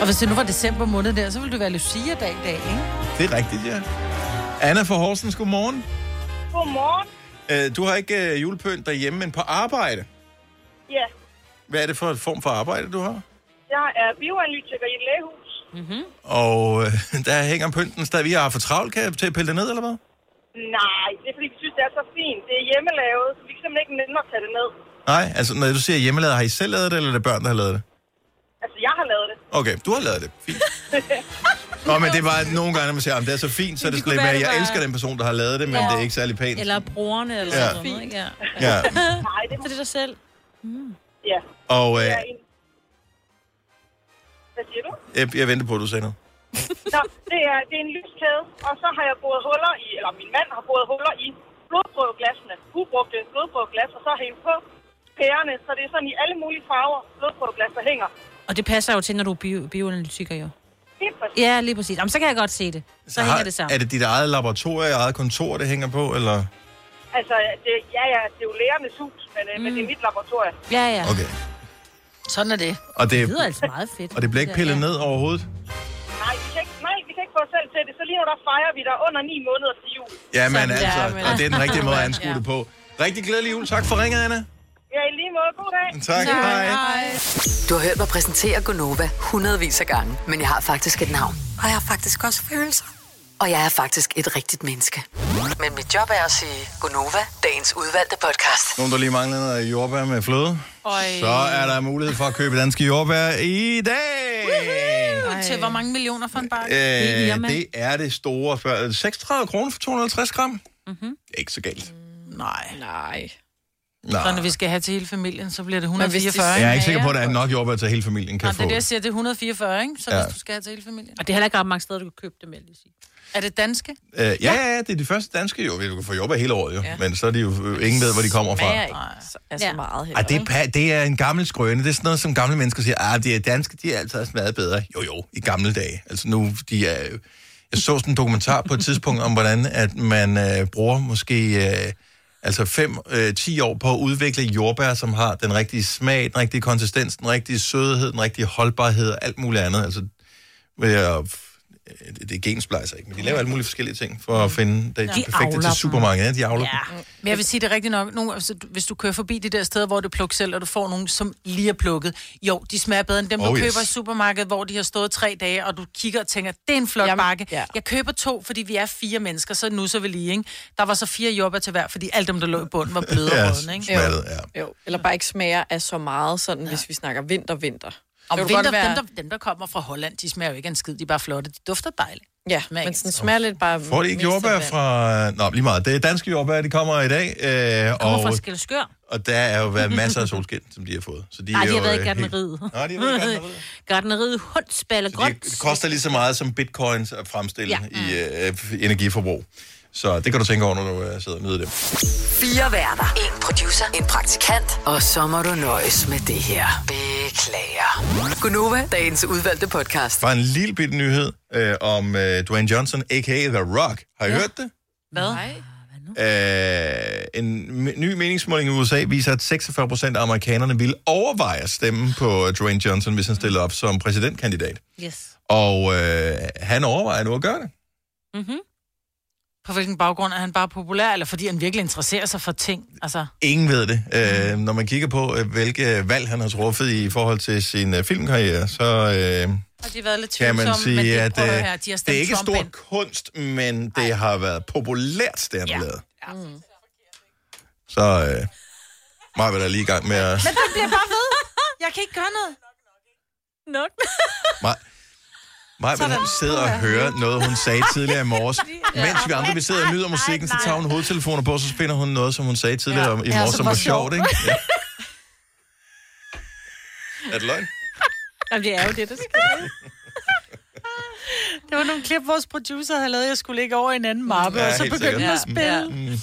Og hvis det nu var december måned der, så ville du være Lucia-dag i dag, ikke? Det er rigtigt, ja. Anna fra Horsens, godmorgen. Godmorgen. Øh, Du har ikke øh, julepynt derhjemme, men på arbejde. Ja, Hvad er det for en form for arbejde, du har? jeg er bioanalytiker i et lægehus. Mm-hmm. Og øh, der hænger pynten stadig. Vi har for travlt kan jeg, til at pille det ned, eller hvad? Nej, det er fordi, vi synes, det er så fint. Det er hjemmelavet, så vi kan simpelthen ikke nemme at tage det ned. Nej, altså når du siger hjemmelavet, har I selv lavet det, eller er det børn, der har lavet det? Altså, jeg har lavet det. Okay, du har lavet det. Fint. Nå, men det var nogle gange, når man siger, at det er så fint, så er det kunne slet med, være, at jeg det var- elsker den person, der har lavet det, men Ja. det er ikke særlig pænt. Eller brorerne, eller Ja. ja. sådan noget, ikke? Ja. Ja. Nej, det er dig selv. Mm. Ja. Og øh, Jeg er en... Hvad siger du? jeg, jeg venter på, at du sagde noget. Nå, det er, det er en lyskæde, og så har jeg boret huller i, eller min mand har boret huller i blodprøveglassene, ubrugte blodprøveglas, og så har hængt på pærerne, så det er sådan i alle mulige farver, blodprøveglas, der hænger. Og det passer jo til, når du er bio- bioanalytiker, jo. Helt præcis. Ja, lige præcis. Jamen, så kan jeg godt se det. Så, så hænger har, det sammen. Er det dit eget laboratorium, eget kontor, det hænger på, eller? Altså, det, ja, ja, det er jo lægernes hus, men, mm. men det er mit laboratorium. Ja, ja. Okay. Sådan er det. Og det- det lyder altså meget fedt. Og det bliver ikke pillet Ja. ned overhovedet? Nej, vi kan ikke, nej, vi kan ikke få os selv til det. Så lige nu, der fejrer vi der under 9 måneder til jul. Ja, men Sådan. altså, Ja, men- og det er den rigtige måde at anskue det på. Rigtig glædelig jul. Tak for ringet, Anna. Ja, i lige måde. God dag. Tak. Tak. Hej. Du har hørt mig præsentere Gonova hundredvis af gange, men jeg har faktisk et navn. Og jeg har faktisk også følelser. Og jeg er faktisk et rigtigt menneske. Men mit job er at sige Gonova, dagens udvalgte podcast. Nogen, der lige mangler noget jordbær med fløde. Øj. Så er der mulighed for at købe danske jordbær i dag. Ej. Til hvor mange millioner for en bakke? Øh, det er det store. før- 36 kroner for 250 gram. Mm-hmm. Det er ikke så galt. Nej. Nej. Nej. Så når vi skal have til hele familien, så bliver det Men hvis de 144, Jeg er ikke sikker på, at der er nok jordbær til at hele familien kan Nej, det få. er det, jeg siger, det er 144, ikke? Så Ja. ja. hvis du skal have til hele familien. Og det er heller ikke ret mange steder, du kan købe dem, vil jeg lige sige. Er det danske? Øh, ja, ja, ja, det er de første danske jo. Vi kan få jobber hele året jo, ja. men så er de jo, øh, ingen ved, hvor de kommer fra. Smager ikke så, altså ja. meget heller. Ej, det, er, pa- det er en gammel skrøne. Det er sådan noget, som gamle mennesker siger, at de er danske, de er altid smaget bedre. Jo, jo, i gamle dage. Altså nu, de er... Jeg så sådan en dokumentar på et tidspunkt om, hvordan at man øh, bruger måske øh, altså 5-10 øh, 10 år på at udvikle jordbær, som har den rigtige smag, den rigtige konsistens, den rigtige sødhed, den rigtige holdbarhed og alt muligt andet. Altså, ved at, øh, det, det er gensplejser, ikke? Men de laver alle mulige forskellige ting for at finde de, de perfekte avler til dem. supermarkedet. Ja, de avler ja. dem. Men jeg vil sige det er rigtigt nok. Nogle, altså, du- hvis du kører forbi de der steder, hvor du plukker selv, og du får nogle, som lige er plukket. Jo, de smager bedre end dem, oh, Oh, du yes. køber i supermarkedet, hvor de har stået tre dage, og du kigger og tænker, det er en flot Jamen, bakke. Ja. Jeg køber to, fordi vi er fire mennesker, så nu så vi lige, ikke? Der var så fire jobber til hver, fordi alt dem, der lå i bunden, var bløde Ja, og rådne, ikke? smaltet, ja. Jo, eller bare ikke smager af så meget, sådan ja. hvis vi snakker vinter-vinter. Og Det kunne vinter, godt være- dem, der, dem, der kommer fra Holland, de smager jo ikke af en skid, de er bare flotte. De dufter dejligt. Ja, men sådan smager lidt bare... Får de ikke jordbær fra... Nå, lige meget. Det er danske jordbær, de kommer i dag. Øh, Kommer og, fra Skældskør. og der er jo været masser af solskin, som de har fået. Så de Nej, er de jo, har været i øh, gardneriet. Nej, de har været i gardneriet. Gardneriet hundsballe helt- grønt. Det koster lige så meget som bitcoins at fremstille Ja. ja. i øh, energiforbrug. Så det kan du tænke over, når du øh, sidder og nyder det. Fire værter. En producer. En praktikant. Og så må du nøjes med det her. Beklager. Gunova, dagens udvalgte podcast. Bare en lille bitte nyhed øh, om øh, Dwayne Johnson, a.k.a. The Rock. Har I ja. hørt det? Hvad? Nej. Øh, en m- ny meningsmåling i USA viser, at 46 procent af amerikanerne ville overveje at stemme på øh, Dwayne Johnson, hvis han stillede op som præsidentkandidat. Yes. Og øh, han overvejer nu at gøre det. Mm-hmm. På hvilken baggrund er han bare populær, eller fordi han virkelig interesserer sig for ting? Altså, Ingen ved det. Øh, når man kigger på, øh, hvilke valg han har truffet i forhold til sin øh, filmkarriere, så øh, har de været lidt kan tvivlsomme, man men sige, det, at prøv øh, her, de har det er stemt ikke Trump stor ind. kunst, men det har været populært, det han har lavet. Mm. Så øh, meget vil der lige i gang med at... Men det bliver bare ved. Jeg kan ikke gøre noget. Nok. Mig vil hun sidde og høre noget, hun sagde tidligere i morges. Ja. Mens vi andre vi sidder og nyder musikken, så tager hun hovedtelefoner på, så finder hun noget, som hun sagde tidligere i Ja, morges, som som var var sjovt, ikke? Ja. Er det løgn? Jamen, det er jo det, der sker. Det var nogle klip, vores producer havde lavet, jeg skulle ligge over i en anden mappe, Ja, ja, og så helt begyndte den sikkert. at spille.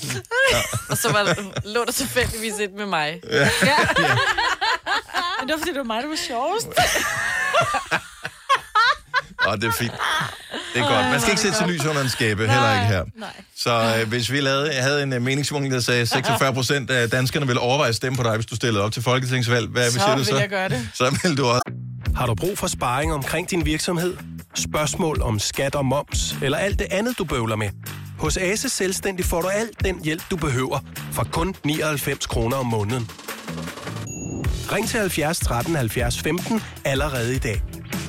Ja. Og så var, lå der tilfældigvis et med mig. Ja. Men det var, fordi det var mig, der var sjovest. Og det er fint. Det er godt. Man skal ikke sætte sig lys under en skæbe, heller ikke her. Så øh, hvis vi lavede, jeg havde en øh, meningsmåling, der sagde, 46 procent af danskerne vil overveje at stemme på dig, hvis du stillede op til folketingsvalg. Hvad Så siger du vil så? jeg gøre det. Så vil du også. Har du brug for sparring omkring din virksomhed? Spørgsmål om skat og moms, eller alt det andet, du bøvler med? Hos Ase Selvstændig får du alt den hjælp, du behøver, for kun 99 kroner om måneden. Ring til 70 13 70 15 allerede i dag.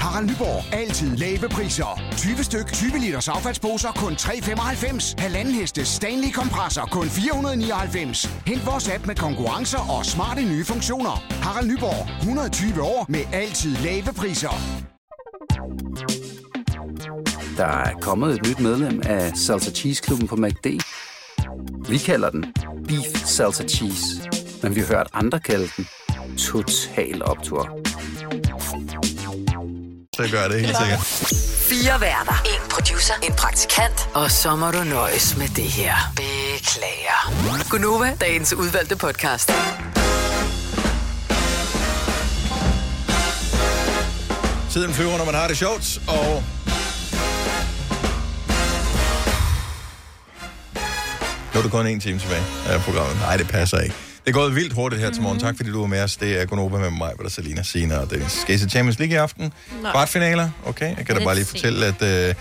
Harald Nyborg. Altid lave priser. 20 styk, 20 liters affaldsposer kun 3,95. Halvanden heste Stanley kompresser kun 499. Hent vores app med konkurrencer og smarte nye funktioner. Harald Nyborg. 120 år med altid lave priser. Der er kommet et nyt medlem af Salsa Cheese Klubben på MACD. Vi kalder den Beef Salsa Cheese, men vi har hørt andre kalde den Total Optor. Så gør det helt sikkert. Fire værter. En producer. En praktikant. Og så må du nøjes med det her. Beklager. Gunova, dagens udvalgte podcast. Tiden flyver, når man har det sjovt, og... Nu er det kun en time tilbage af programmet. Nej, det passer ikke. Det er gået vildt hurtigt her til morgen. Tak fordi du var med os. Det er Gunnova med mig, Britta Salina, Sina og Dennis. Skal I se Champions League i aften? Nej. Kvartfinaler? Okay, jeg kan da Lidt bare lige sent. fortælle, at øh,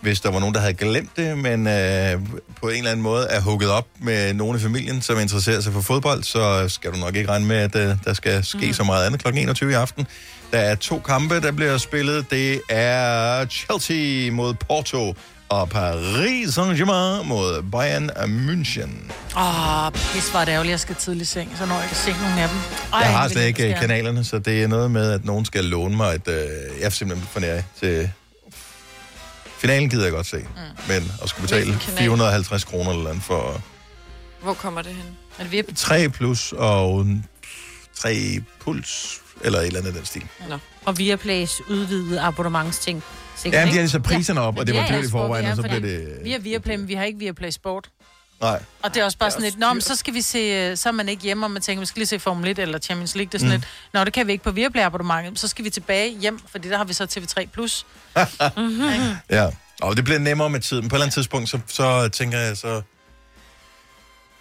hvis der var nogen, der havde glemt det, men øh, på en eller anden måde er hugget op med nogen i familien, som interesserer sig for fodbold, så skal du nok ikke regne med, at øh, der skal ske mm. så meget andet kl. 21 i aften. Der er to kampe, der bliver spillet. Det er Chelsea mod Porto, og Paris Saint-Germain mod Bayern München. Åh, pis var det ærgerligt, jeg skal tidlig i seng, så når jeg kan se nogle af dem. Ej, Jeg har vil slet ikke øh, elske jer. kanalerne, så det er noget med, at nogen skal låne mig, at øh, jeg er simpelthen for nær til... Finalen gider jeg godt Mm. se, men at skulle betale Hvilken kanal? 450 kroner eller andet for Hvor kommer det hen? Er det VIP? 3 plus og 3 puls, eller et eller andet af den stil. Nå. Og Viaplays udvidede abonnementsting. sikkert, Ja, men de ikke? havde sat priserne op, og det var Ja, ja, dyrt i forvejen, sport, og så ja, blev fordi det... Vi har Viaplay, men vi har ikke Viaplay Sport. Nej. Og det er også bare sådan lidt, nå, men så skal vi se, øh, så er man ikke hjemme, og man tænker, vi skal lige se Formel 1 eller Champions League, det er sådan Mm. mm. lidt, nå, det kan vi ikke på Viaplay abonnementet, så skal vi tilbage hjem, fordi der har vi så TV3+. Plus. mm-hmm. Ja, og det bliver nemmere med tiden. På et eller andet tidspunkt, så, så tænker jeg, så,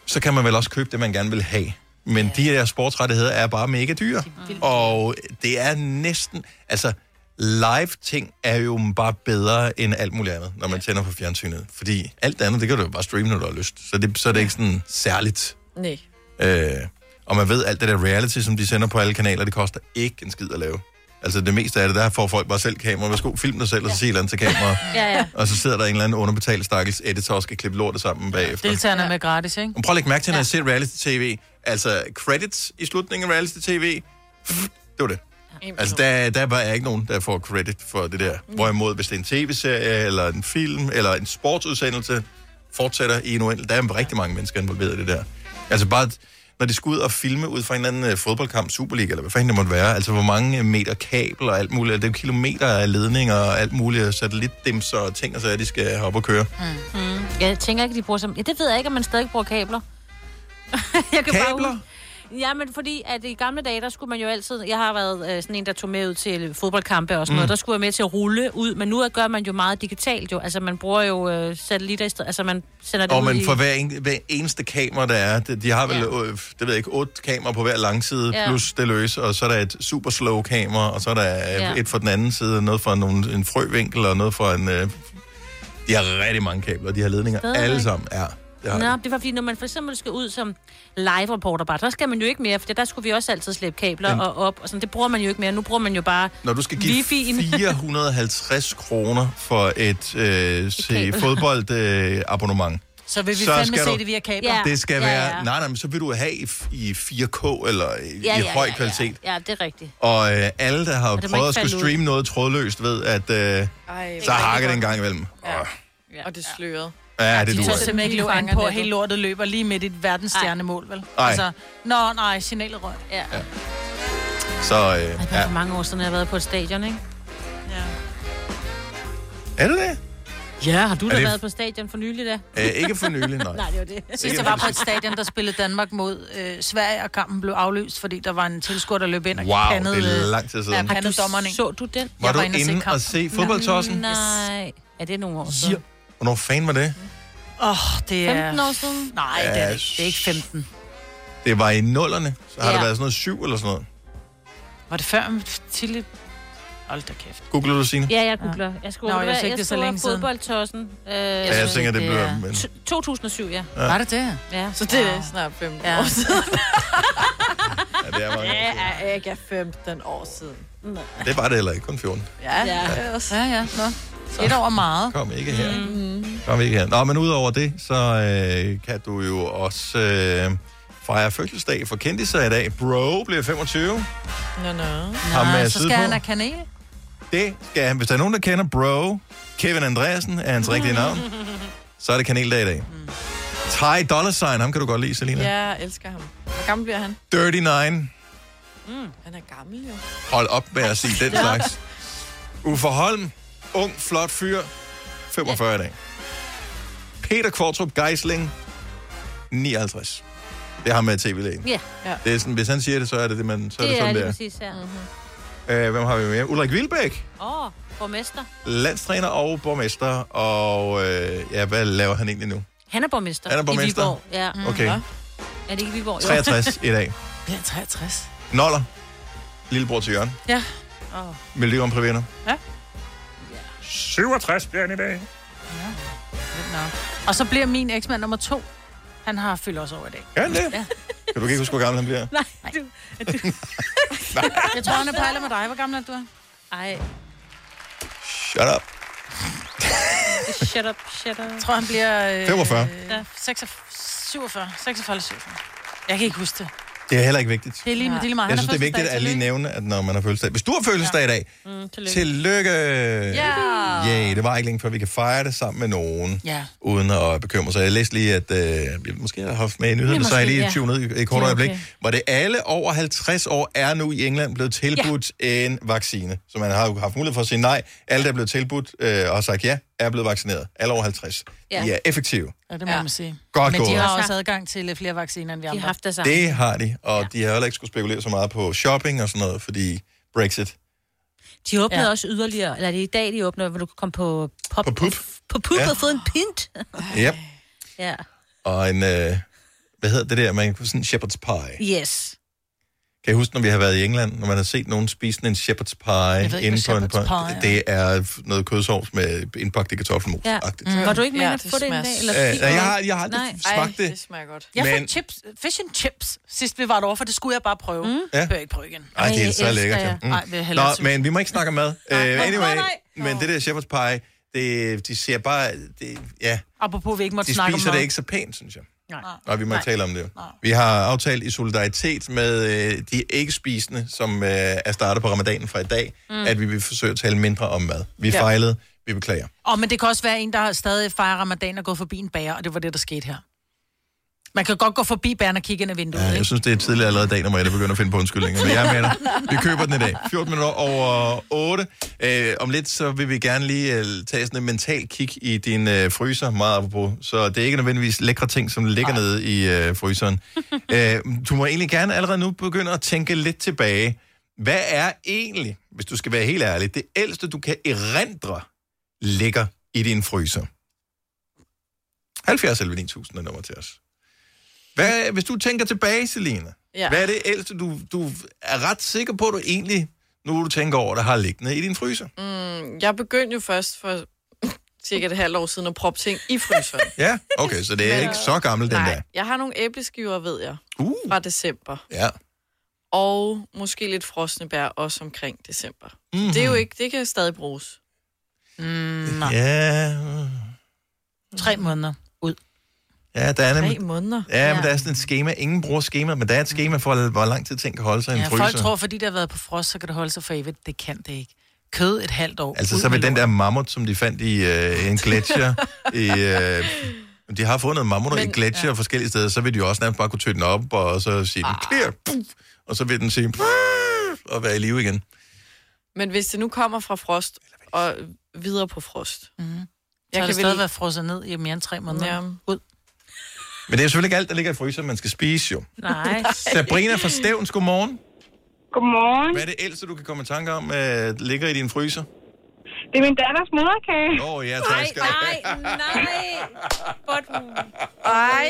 så kan man vel også købe det, man gerne vil have. Men de her sportsrettigheder er bare mega dyre. Og det er næsten... Altså, live-ting er jo bare bedre end alt muligt andet, når man tænder for fjernsynet. Fordi alt det andet, det kan du jo bare streame, når du har lyst. Så det, så er det ikke sådan særligt. Nej. Øh, og man ved, alt det der reality, som de sender på alle kanaler, det koster ikke en skid at lave. Altså det meste af det, der får folk bare selv kamera. Værsgo, film dig selv, og så sig et eller andet til kamera. Ja, ja. Og så sidder der en eller anden underbetalt stakkels editor og skal klippe lortet sammen bagefter. Deltagerne er med gratis, ikke? Men prøv at lægge mærke til, når jeg ser reality-tv. Altså, credits i slutningen af reality-tv, pff, det var Mm. det. Altså, der, der er bare ikke nogen, der får credit for det der. Hvorimod, hvis det er en tv-serie, eller en film, eller en sportsudsendelse, fortsætter i en uendelig. Der er rigtig mange mennesker involveret i det der. Altså bare, når de skal ud og filme ud fra en eller anden øh, fodboldkamp, Superliga, eller hvad fanden det måtte være, altså hvor mange øh, meter kabel og alt muligt, det er jo kilometer af ledninger og alt muligt, og satellitdimser og ting, og så de skal hoppe og køre. Mm. Jeg tænker ikke, de bruger som... Ja, det ved jeg ikke, om man stadig bruger kabler. jeg kan kabler? Bare ud- ja, men fordi at i gamle dage, der skulle man jo altid... Jeg har været øh, sådan en, der tog med ud til fodboldkampe og sådan mm. Mm. noget. Der skulle jeg med til at rulle ud, men nu gør man jo meget digitalt jo. Altså, man bruger jo øh, satellitter i stedet. Altså, man sender det Og ud men i... for hver, en, hver eneste kamera, der er, de, de har vel, ja. øh, det ved jeg ikke, otte kameraer på hver langside, Ja. ja. plus det løse, og så er der et super slow kamera, og så er der Ja. ja. et fra den anden side, noget fra nogle, en frøvinkel, og noget fra en... Øh, de har rigtig mange kabler, de har ledninger Stadigvæk. alle sammen. Ja, det har de. Nå, det var fordi, når man for eksempel skal ud som live-reporter bare, der skal man jo ikke mere, for der skulle vi også altid slæbe kabler Men- og op, og sådan, det bruger man jo ikke mere. Nu bruger man jo bare Når du skal give wifi'en. 450 kroner for et, øh, se, kabel. fodbold øh, abonnement. Så vil så vi fandme skal se du- det via kabler. Det skal være... Nej, nej, men så vil du have i, i 4K eller i, ja, i høj kvalitet. Ja, ja, det er rigtigt. Og øh, alle, der har Og det må prøvet at ikke skulle falde ud. streame noget trådløst, ved, at øh, Ej, så hvor hakker det en gang imellem. Ja, Ja. Og det slørede. ja det de tør duer. simpelthen ikke løbe an på, at hele lortet løber lige midt i et verdensstjernemål, vel? Altså, Ej. nå, nej, signalet røg. Ja. ja. Så øh, Det er ja. for mange år siden, jeg har været på et stadion, ikke? er det det? Ja, har du Du er har det, været på stadion for nylig, da? Øh, ikke for nylig, nej. nej, det var det. Sidst jeg var på et stadion, der spillede Danmark mod øh, Sverige, og kampen blev afløst, fordi der var en tilskuer, der løb ind og Wow, pandede, det er øh, lang tid siden. Ja, Har pandede dommeren ind. Så du den? Var du inde og se fodboldtossen? Nej. Er det nogle år siden? Hvornår fanden var det? Åh, oh, det er... 15 år siden? Nej, det er, Ja, det ikke. det er ikke 15. Det var i nullerne. Så har Ja. det været sådan noget syv eller sådan noget. Var det før? Tidligt? Hold da kæft. Googler du, Signe? Ja, jeg googler. Jeg skulle Nå, jeg synes ikke, det er så længe siden. Fodboldtossen. Øh, jeg synes tænker, ikke, det det bliver- er- men- 2007, ja. Ja. Var det det? Ja. Så det er snart 15 Ja. år siden. Ja, det er mange. Det er ikke 15 år siden. Nej. Det var det heller ikke, kun 14. Ja, ja. ja, ja. Nå. Et over meget. Kom ikke her. Mm-hmm. Kom ikke her. Nå, men udover det, så øh, kan du jo også øh, fejre fødselsdag for kendtiser i dag. Bro bliver 25. Nå, nå. Ham med Ah, så sydpå. skal han have kanel. Det skal han. Hvis der er nogen, der kender Bro, Kevin Andreasen er hans rigtige navn, så er det kaneldag i dag. Mm. Ty Dollar Sign, ham kan du godt lide, Selina. Ja, jeg elsker ham. Hvor gammel bliver han? Dirty Nine. Mm. Han er gammel jo. Hold op med at sige den Stop. slags. Uffe Holm, ung, flot fyr, 45 i dag. Peter Kvartrup Geisling, 59. Det er ham med tv-lægen. Ja. ja. Det er sådan, hvis han siger det, så er det det, man, så er det, Det er sådan, lige det præcis, Mm. ja. Åh, er. Øh, hvem har vi mere? Ulrik Vilbæk, oh, borgmester. landstræner og borgmester. Og øh, ja, hvad laver han egentlig nu? Han er borgmester. Han er borgmester? Mm. I Viborg, ja. Okay. Ja. Er det ikke Viborg? Jo. 63 i dag. Det er 63. Noller, lillebror til Jørgen. Ja. Oh. Melodi Grand Prix vinder. Ja. 67 bliver han i dag. Og så bliver min eksmand nummer to. Han har fyldt også over i dag. Gør han det? Ja. Kan du ikke huske, hvor gammel han bliver? Nej, du... Jeg tror, han er pejler med dig. Hvor gammel er du? Ej, Shut up. det Shut up, shut up. Jeg tror, han bliver... Øh, 45. Ja, 46, 47, 46 eller 47. Jeg kan ikke huske det. Det er heller ikke vigtigt. Det er lige med lille mig. Jeg synes, det er vigtigt at lige nævne, at når man har fødselsdag... Hvis du har fødselsdag i dag, Mm, tillykke! Ja. Yeah, det var ikke længe før, vi kan fejre det sammen med nogen, Ja. uden at bekymre sig. Jeg læste lige, at øh, jeg måske har haft med i nyhederne, Ja, så jeg måske, lige ja. tunet i, i et Ja, kort okay. øjeblik. Var det alle over 50 år er nu i England blevet tilbudt ja. en vaccine? Så man har jo haft mulighed for at sige nej. Alle, der er blevet tilbudt øh, og har sagt ja, er blevet vaccineret. Alle over 50. Ja. Ja. De er effektive. Ja, det må ja. man sige. Godt Men de gået. har også adgang til øh, flere vacciner, end vi andre. De har haft det Det har de, og ja. de har heller ikke skulle spekulere så meget på shopping og sådan noget, fordi Brexit. De åbnede ja. også yderligere, eller det er i dag, de åbner, hvor du kan komme på pop, På pup. på pup Ja. ja. og få en pint. Yep. ja. Og en, øh, hvad hedder det der, man sådan en shepherd's pie. Yes. Kan jeg huske, når vi har været i England, når man har set nogen spise sådan en shepherd's Jeg pie ved ikke, hvad en shepherd's pie, pie det er noget kødsovs med indpakket i kartoffelmos. Ja. Mm. Var du ikke med Ja, at det få det en smager dag? Eller Øh, fik ja, du jeg det? har- jeg har aldrig smagt Ej, det. det smager godt. Jeg Men- fik chips, fish and chips, sidst vi var derovre, for det skulle jeg bare prøve. Mm. Ja. Bør jeg ikke prøve igen. Ej, det er så lækkert. Ja. Ja. Mm. Ej, vil jeg Nå, hellere synes. men vi må ikke snakke om mad. Uh, anyway, nej, nej. men det der shepherd's pie, det, de ser bare, det, ja, Apropos, vi ikke måtte de snakke om spiser det mad. ikke så pænt, synes jeg. Nej. Og vi må ikke tale om det. Vi har aftalt i solidaritet med øh, de ikke-spisende, som øh, er startet på ramadanen fra i dag, mm. Mm. at vi vil forsøge at tale mindre om mad. Vi Ja. fejlede, vi beklager. Og men det kan også være en, der har stadig fejrer ramadan og gået forbi en bager, og det var det, der skete her. Man kan godt gå forbi bæren og kigge ind ad vinduet, Ja, ja, jeg ikke? synes, det er tidligere allerede i dag, når Mariette begynder at finde på undskyldninger. Men jeg er med dig. Vi køber den i dag. 14 minutter over 8. Øh, om lidt, så vil vi gerne lige øh, tage sådan en mental kig i din øh, fryser, meget apropos. Så det er ikke nødvendigvis lækre ting, som ligger nede i øh, fryseren. øh, du må egentlig gerne allerede nu begynde at tænke lidt tilbage. Hvad er egentlig, hvis du skal være helt ærlig, det ældste, du kan erindre, ligger i din fryser? 70 11 9000 er nummer til os. Hvad, hvis du tænker tilbage, Selina, ja. Ja. hvad er det ældste, du, du er ret sikker på, du egentlig, nu du tænker over, der har liggende i din fryser? Mm, jeg begyndte jo først for cirka et halvt år siden at proppe ting i fryseren. Ja, okay, så det er Men- ikke så gammel den Nej, der. jeg har nogle æbleskiver, ved jeg, uh. fra december. Ja. Og måske lidt frosne bær også omkring december. Mhm. Mm-hmm. Det er jo ikke, det kan stadig bruges. Mm, nej. Ja, Tre måneder. ja, der er Tre måneder. Ja, men der er sådan et skema. Ingen bruger skema, men der er et schema for, hvor lang tid ting kan holde sig i en Ja, ja, fryser. folk tror, fordi det har været på frost, så kan det holde sig for evigt. Det kan det ikke. Kød et halvt år. Altså, Ud så med vil den lort. der mammut, som de fandt i øh, en gletsjer, i, øh, de har fundet mammutter i Men- gletsjer ja. forskellige steder, så vil de jo også nærmest bare kunne tøtte den op, og så sige Ah. den clear, puff, og så vil den sige, puff, og være i live igen. Men hvis det nu kommer fra frost og videre på frost. Mm. Jeg Jeg kan kan det stadig vel- være frosset ned i mere end tre måneder. Ja. Ud. Men det er selvfølgelig ikke alt, der ligger i fryser, man skal spise jo. Nej. Sabrina fra Stævns, godmorgen. Godmorgen. Hvad er det ældste, du kan komme i tanke om, øh, ligger i din fryser? Det er min datters moderkage. Åh, oh, ja, tak skal du have. nej. But... Ej.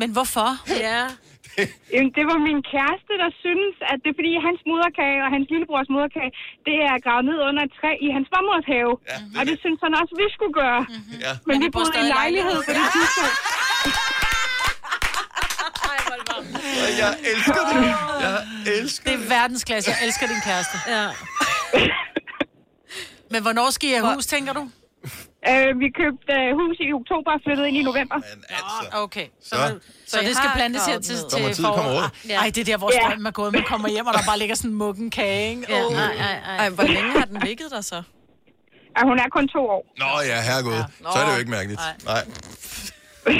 Men hvorfor? Ja. Jamen, det var min kæreste, der synes, at det er fordi hans moderkage og hans lillebrors moderkage, det er gravet ned under et træ i hans mormors have. Ja, det og det synes han også, vi skulle gøre. Mm-hmm. Ja. Men vi boede i en lejlighed på det tidspunkt. Jeg elsker det. Jeg elsker det. er verdensklasse. Jeg elsker din kæreste. Ja. Men hvornår skal I have hus, tænker du? Øh, vi købte øh, hus i oktober og flyttede ind i november. Nå, okay. Så, altså, Så- så, så I det skal har plantes her gravet til, ned. Kommer til tid, kommer råd. foråret. Ej, det er der, hvor Ja. strømmen er gået. Man kommer hjem, og der bare ligger sådan en mukken kage, ikke? Ja. Åh. Nej, nej, nej. Ej, hvor længe har den ligget der så? Ja, hun er kun to år. Nå ja, herregud. Ja. Så er det jo ikke mærkeligt. Nej. Nej.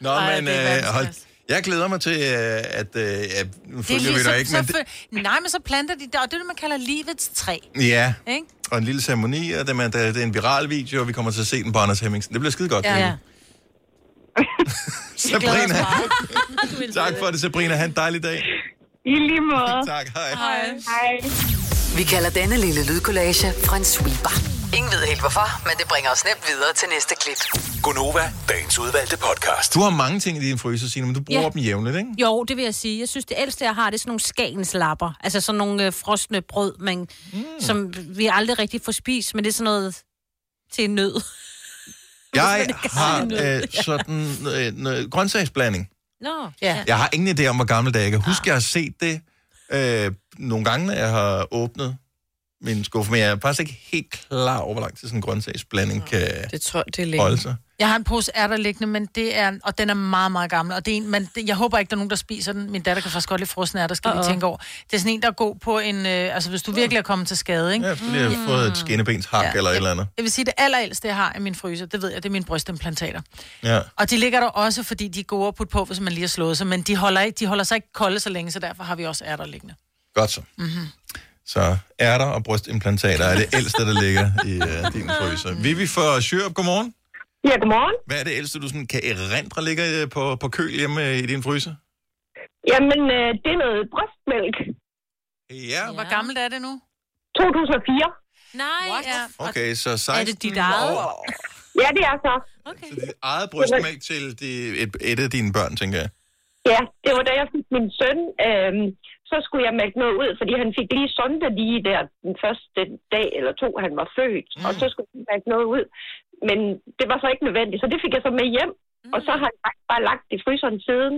Nå, Ej, men det er øh, hold, jeg glæder mig til, øh, at... Øh, at nu Det er følger vi ligesom, dig ikke, så, men... Det, fø- nej, men så planter de der, og det er det, man kalder livets træ. ja, Ikke? og en lille ceremoni, og det, man, der, det er en viral video, og vi kommer til at se den på Anders Hemmingsen. Det bliver skide godt. Ja. ja. Sabrina, tak for det, Sabrina. Ha' en dejlig dag. I lige måde. tak, hej. Hej. Hej. Vi kalder denne lille lydkollage Frans sweeper. Ingen ved helt hvorfor, men det bringer os nemt videre til næste klip. Gonova, dagens udvalgte podcast. Du har mange ting i din fryser, Signe, men du bruger Ja. dem jævnligt, ikke? Jo, det vil jeg sige. Jeg synes, det ældste, jeg har, det er sådan nogle skagenslapper. Altså sådan nogle øh, frosne brød, man, mm. som vi aldrig rigtig får spist, men det er sådan noget til en nød. Jeg kan har sige noget. øh, sådan øh, noget grøntsagsblanding. Nå, ja. Jeg har ingen Ah. idé om, hvor gammel det er. Jeg kan huske, jeg har set det øh, nogle gange, når jeg har åbnet min skuffe, men jeg er faktisk ikke helt klar over, hvor lang tid sådan en grøntsagsblanding kan Det tror det er holde sig. Jeg har en pose ærter liggende, men det er, og den er meget, meget gammel. Og det er en, man, det- jeg håber ikke, der er nogen, der spiser den. Min datter kan faktisk godt lide frosne ærter, skal vi Uh-oh. tænke over. Det er sådan en, der er god på en... Øh, altså, hvis du virkelig er kommet til skade, ikke? Ja, fordi jeg har fået et skinnebenshak ja. eller et eller andet. Jeg vil sige, det allerældste, jeg har i min fryser, det ved jeg, det er mine brystimplantater. Ja. Og de ligger der også, fordi de er gode at putte på, hvis man lige har slået sig. Men de holder, ikke, de holder sig ikke kolde så længe, så derfor har vi også ærter liggende. Godt så. Mm-hmm. Så ærter og brystimplantater er det ældste, der ligger i uh, din fryser. Vivi fra Sjørup, godmorgen. Ja, godmorgen. Hvad er det ældste, du sådan kan erindre ligger øh, på, på køl hjemme øh, i din fryser? Jamen, øh, det er noget brystmælk. Ja. Hvor gammelt er det nu? 2004. Nej, What? ja. Okay, så 16 Er det dit eget? år. Ja, det er så. Okay. Dit eget brystmælk til de, et, et af dine børn, tænker jeg. Ja, det var da jeg fik min søn. Øh, så skulle jeg mælke noget ud, fordi han fik lige sonde lige der den første dag eller to, han var født. Mm. Og så skulle jeg mælke noget ud. Men det var så ikke nødvendigt, så det fik jeg så med hjem. Mm. Og så har jeg bare, bare lagt det i fryseren siden.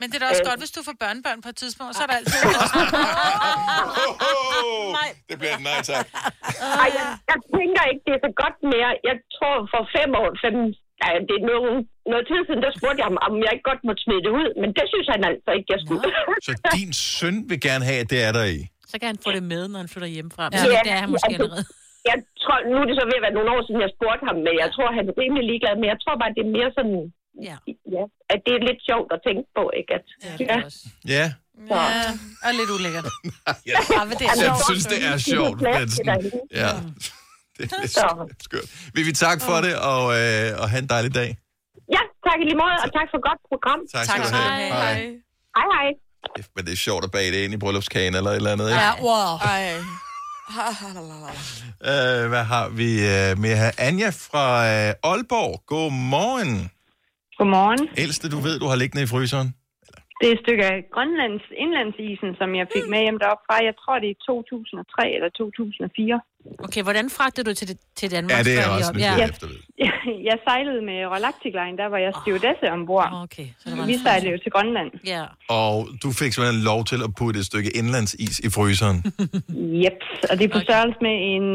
Men det er da også Øh. godt, hvis du får børnebørn på et tidspunkt, så er der altid... Åh, nej. Det bliver et nej tak. Ej, jeg, jeg tænker ikke, det er så godt mere. Jeg tror for fem år, fem, nej, det er noget, noget tid siden, der spurgte jeg ham, om jeg ikke godt måtte smide det ud. Men det synes han altså ikke, jeg skulle. Så din søn vil gerne have, at det er der i. Så kan han få det med, når han flytter hjemmefra. Ja. Det er han måske altså, allerede. Jeg tror, nu er det så ved at være nogle år siden, jeg spurgte ham, men jeg tror, han er rimelig ligeglad. Men jeg tror bare, det er mere sådan, ja. Ja, at det er lidt sjovt at tænke på, ikke? At, ja, det er også. Ja. Ja, og lidt ulækkert. Jeg, jeg synes, det er sjovt. Men sådan, ja, det er sk- skørt. Vivi, tak for det, og, øh, og have en dejlig dag. Ja, tak i lige måde, og tak for et godt program. Tak skal Tak. du have. Hej. Hej. Hej, hej. Men det er sjovt at bage det ind i bryllupskagen eller et eller andet. Ikke? Ja, wow. Ej. Ha, ha, la, la, la. Øh, hvad har vi øh, med her? Anja fra øh, Aalborg. Godmorgen. Godmorgen. Ældste, du ved, du har liggende i fryseren. Det er et stykke af Grønlands indlandsisen, som jeg fik med hjem deroppe fra. Jeg tror, det er 2003 eller 2004. Okay, hvordan fragtede du til, til Danmark? Ja, det er før jeg I også op- nysgerrig efter, Jeg sejlede med Rolactic Line, der var jeg stewardesse ombord. Okay, så Vi sejlede jo til Grønland. Ja. Og du fik simpelthen lov til at putte et stykke indlandsis i fryseren. Yep, og det er på størrelse med en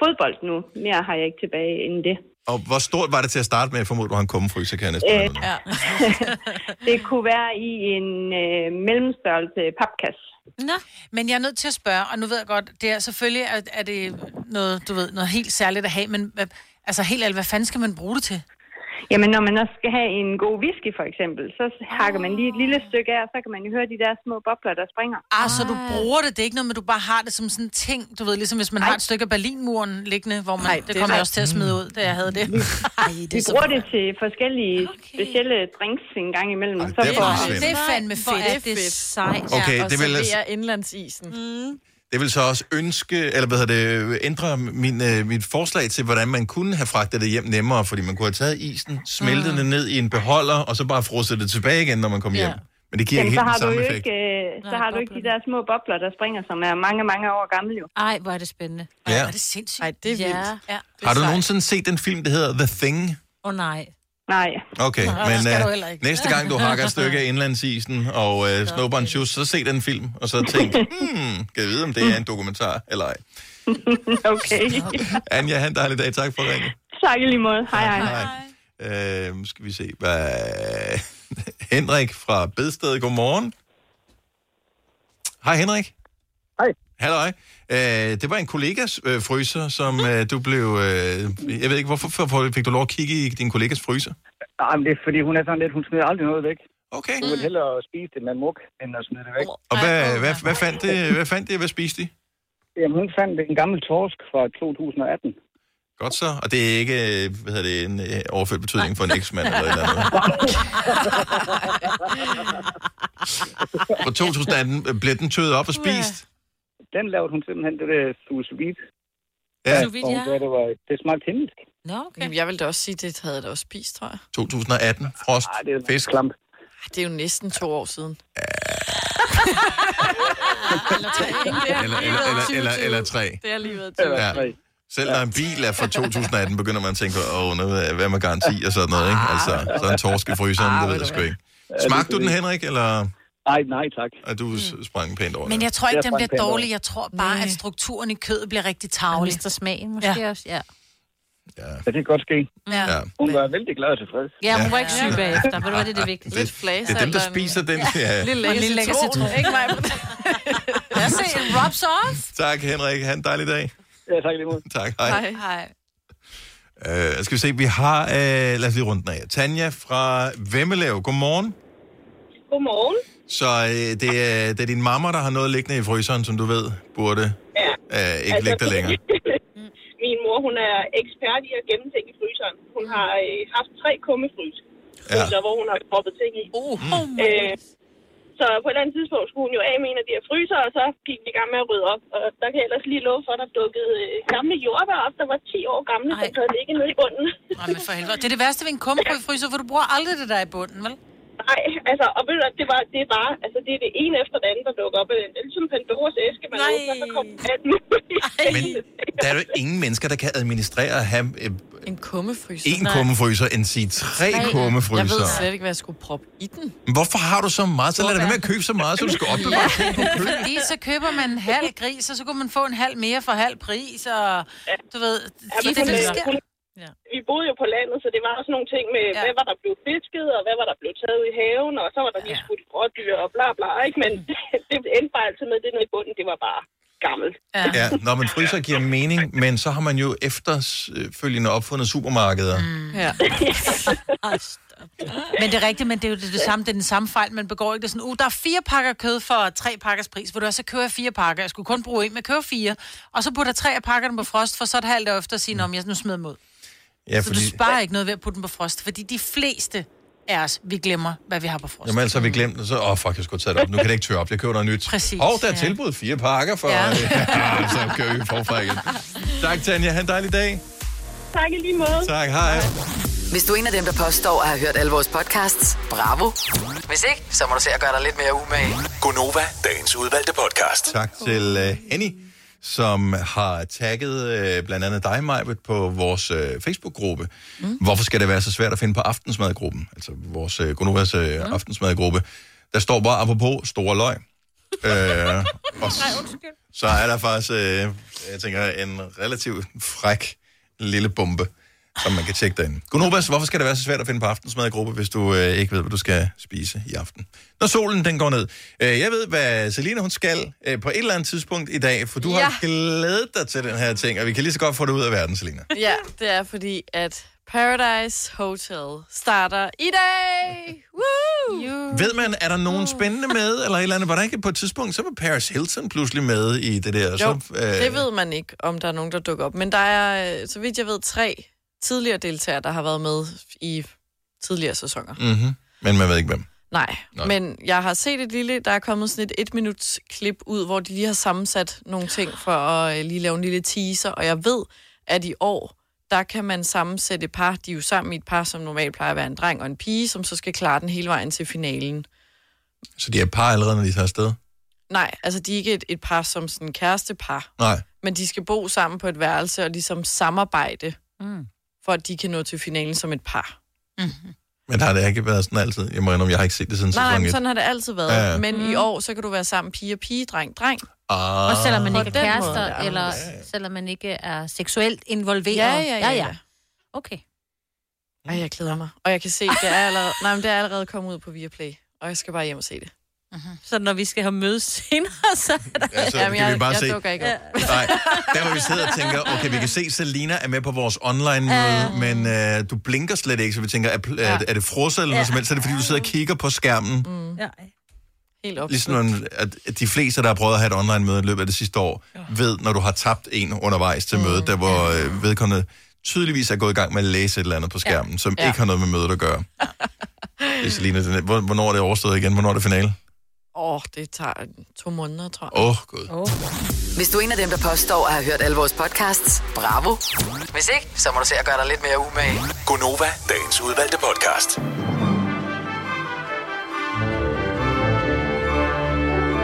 fodbold nu. Mere har jeg ikke tilbage end det. Og hvor stort var det til at starte med? Jeg formoder, du har en kummefryser, kan jeg næsten. Øh, det kunne være i en øh, mellemstørrelse papkasse. Nå. Men jeg er nødt til at spørge, og nu ved jeg godt, det er selvfølgelig, at, er det noget, du ved, noget helt særligt at have, men hvad- altså helt alt, hvad fanden skal man bruge det til? Jamen, når man også skal have en god whisky, for eksempel, så hakker man lige et lille stykke af, og så kan man jo høre de der små bobler, der springer. Ah, så du bruger det, det er ikke noget, men du bare har det som sådan en ting, du ved, ligesom hvis man har et stykke af Berlinmuren liggende, hvor man, det, det det er kommer jeg ret. også til at smide ud, da jeg havde det. Ej, Vi bruger det til forskellige Ah, okay. specielle drinks en gang imellem. Ej, det er faktisk fedt. Det er fandme Hvor er fedt. det fedt. sejt. Okay, og det vil altså- jeg- servere indlandsisen. Mm. Det vil så også ønske, eller hvad hedder det, ændre min, øh, mit forslag til, hvordan man kunne have fragtet det hjem nemmere, fordi man kunne have taget isen, smeltet mm. det ned i en beholder, og så bare frosset det tilbage igen, når man kom Ja. hjem. Men det giver Jamen, ikke så helt har den du samme jo effekt. ikke, øh, så Nej, har du ikke de der små bobler, der springer, som er mange, mange år gamle jo. Ej, hvor er det spændende. Ja. Er det sindssygt? Ej, det er vildt. Ja. Har du nogensinde set den film, der hedder The Thing? Åh oh, nej. Nej. Okay, Nå, men skal du heller uh, ikke. næste gang du hakker et stykke af indlandsisen og uh, Snowbound Shoes, så se den film, og så tænk, hmm, kan jeg vide, om det er en dokumentar eller ej. okay. Anja, han dejlig dag. Tak for ringen. tak i lige måde. Hej, hej. Uh, nu skal vi se. Hvad... Henrik fra Bedsted, godmorgen. Hej Henrik. Hej. Halløj. Øh, det var en kollegas øh, fryser, som Mm. øh, du blev... Øh, jeg ved ikke, hvorfor hvorfor fik du lov at kigge i din kollegas fryser? Nej, men det er fordi, hun er sådan lidt, hun smider aldrig noget væk. Okay. Hun vil hellere spise det med muk, end at smide Mm. det væk. Og hvad, hvad, hvad, fandt, det, hvad fandt det? Hvad spiste de? Jamen, hun fandt en gammel torsk fra 2018. Godt så. Og det er ikke øh, hvad hedder det, en øh, overført betydning for en eksmand eller et eller andet. På 2018 blev den tøet op og spist. Den lavede hun simpelthen det der sous vide. Ja. Sous vide, ja. Det, var, det smagte himmelsk. Nå, okay. Jamen, jeg ville da også sige, det havde jeg da også spist, tror jeg. 2018. Frost. Fisk. Klamp. Ej, Det er jo næsten to år siden. Eller, eller, eller, eller, eller tre. Det har lige været Ja. Selv når en bil er fra 2018, begynder man at tænke, åh, nu ved jeg, hvad med garanti og sådan noget, ikke? Altså, så er en torsk i fryseren, det ved jeg sgu ikke. Smagte du den, Henrik, eller? Nej, nej tak. At du mm. sprang pænt over Men det. jeg tror ikke, Jeg den sprang bliver pænt over. dårlig. Jeg tror bare, at strukturen i kødet bliver rigtig tavlig. mister smagen måske ja. også, ja. Ja, det kan godt ske. Ja. Ja. Hun var vældig glad og tilfreds. Ja, hun var ikke syg bagefter. Ved du hvad, det er det vigtigste. Lidt Det er dem, der spiser den. Ja. Og en lille lækker citron. Ikke mig? Lad os se, rubs off. Tak, Henrik. Ha' en dejlig dag. Ja, tak lige måde. Tak, hej. hej. Hej. Uh, skal vi se, vi har... Uh, lad os lige runde den af. Tanja fra Vemmelev. Godmorgen. Godmorgen. Så uh, det, er, det er din mamma, der har noget liggende i fryseren, som du ved burde Ja. uh, ikke altså, ligge der længere. Min mor, hun er ekspert i at gemme ting i fryseren. Hun har øh, haft tre kummefrys, ja. hvor hun har proppet ting i. Uh, Mm. øh, så på et eller andet tidspunkt skulle hun jo af med en af de her fryser, og så gik vi i gang med at rydde op. Og der kan jeg ellers lige love for, at der dukkede øh, gamle jordbær op, der var 10 år gamle, som havde ligget nede i bunden. Nej, men for helvede. Det er det værste ved en kummebrød fryser, for du bruger aldrig det der i bunden, vel? Nej, altså, og ved du, hvad, det, var, det er bare, altså, det er det ene efter det andet, der dukker op. Det er ligesom Pandoras æske, man åbner, så kommer alt muligt. Der er jo ingen mennesker, der kan administrere at have øh, En kummefryser. en kummefryser, end sige tre Jeg ved kummefryser. slet ikke, hvad jeg skulle proppe i den. Hvorfor har du så meget? Så lad dig være med at købe så meget, så du skal opbevare ting på køb. Fordi så køber man en halv gris, og så kunne man få en halv mere for halv pris, og du ved... Ja, men det hun er det, er- der sker. hun- Vi boede jo på landet, så det var også nogle ting med, ja. hvad var der blevet fisket, og hvad var der blevet taget i haven, og så var der lige skudt rådyr og bla bla, ikke? Men det endte bare altid med, at det nede i bunden, det var bare gammelt. Ja, når man fryser giver mening, men så har man jo efterfølgende opfundet supermarkeder. Mm. Ja. Men det er rigtigt, men det er jo det, det samme, det er den samme fejl, man begår ikke. Det er sådan, uh, der er fire pakker kød for tre pakkers pris, hvor du også køber fire pakker. Jeg skulle kun bruge en, men jeg køber fire. Og så putter jeg tre af pakkerne på frost, for så et halvt år efter at sige, om jeg nu smider dem ud. Ja, så du sparer ikke noget ved at putte dem på frost, fordi de fleste af os, vi glemmer, hvad vi har på frost. Jamen altså, har vi glemt det, så... Åh, oh, fuck, jeg skulle tage det op. Nu kan det ikke tørre op. Jeg køber noget nyt. Præcis, Og der er ja. tilbud fire pakker for... øh, Ja. Ja. så kører vi forfra igen. Tak, Tanja. Ha' en dejlig dag. Tak i lige måde. Tak, hej. Hvis du er en af dem, der påstår at have hørt alle vores podcasts, bravo. Hvis ikke, så må du se at gøre dig lidt mere umage. Gonova, dagens udvalgte podcast. Tak til uh, Henny, som har tagget uh, blandt andet dig, Majbet, på vores uh, Facebook-gruppe. Mm. Hvorfor skal det være så svært at finde på aftensmadgruppen? Altså vores uh, Gonovas uh, mm. aftensmadgruppe. Der står bare apropos store løg. uh, og s- så er der faktisk, øh, jeg tænker, en relativt fræk lille bombe, som man kan tjekke derinde. Gunovas, hvorfor skal det være så svært at finde på aftensmad i gruppe, hvis du øh, ikke ved, hvad du skal spise i aften? Når solen den går ned. Øh, jeg ved, hvad Selina hun skal øh, på et eller andet tidspunkt i dag, for du ja. har glædet dig til den her ting, og vi kan lige så godt få det ud af verden, Selina. Ja, det er fordi, at Paradise Hotel starter i dag. Woo! Ved man, er der nogen spændende med, eller et eller andet? Var der ikke på et tidspunkt, så var Paris Hilton pludselig med i det der? Jo, så, øh, det ved man ikke, om der er nogen, der dukker op. Men der er, øh, så vidt jeg ved, tre tidligere deltagere, der har været med i tidligere sæsoner. mm-hmm. Men man ved ikke, hvem. Nej, Nej. Nej, men jeg har set et lille, der er kommet sådan et et minuts klip ud, hvor de lige har sammensat nogle ting for at øh, lige lave en lille teaser, og jeg ved, at i år, der kan man sammensætte et par, de er jo sammen i et par, som normalt plejer at være en dreng og en pige, som så skal klare den hele vejen til finalen. Så de er par allerede, når de tager afsted? Nej, altså de er ikke et, et par som sådan kærestepar, Nej. men de skal bo sammen på et værelse og ligesom samarbejde, mm. for at de kan nå til finalen som et par. Men har det ikke været sådan altid? Jeg må indrømme, jeg har ikke set det siden Nej, nej, sæson men 1. sådan har det altid været. Ja, ja. Men i år, så kan du være sammen pige og pige, dreng, dreng. Ah. Også selvom man På ikke er den måde, kærester, det er eller selvom man ikke er seksuelt involveret. Ja, ja, ja, ja. Okay. Ej, jeg glæder mig. Og jeg kan se, det er allerede, nej, men det er allerede kommet ud på Viaplay, og jeg skal bare hjem og se det. Så når vi skal have mødes senere, så er der... Ja, så kan Altså, vi bare jeg, se. Jeg dukker ikke op. Nej, der hvor vi sidder og tænker, okay, vi kan se, Selina er med på vores online-møde, Ja. men øh, du blinker slet ikke, så vi tænker, er, pl- er, er det frosset eller noget Ja. som helst? Så er det, fordi du sidder og kigger på skærmen. Mm. Ja. Helt op. Ligesom når- at at de fleste, der har prøvet at have et online-møde i løbet af det sidste år, ved, når du har tabt en undervejs Mm, til mødet, der hvor øh, vedkommende tydeligvis er gået i gang med at læse et eller andet på skærmen, som Ja. ikke har noget med mødet at gøre. Det er Selina, den er- hvor- hvornår er det overstået igen? Hvornår er det finale? Åh, oh, det tager to måneder, tror jeg. Åh, oh, gud. Oh. Hvis du er en af dem, der påstår at have hørt alle vores podcasts, bravo. Hvis ikke, så må du se at gøre dig lidt mere umage. Gonova, dagens udvalgte podcast.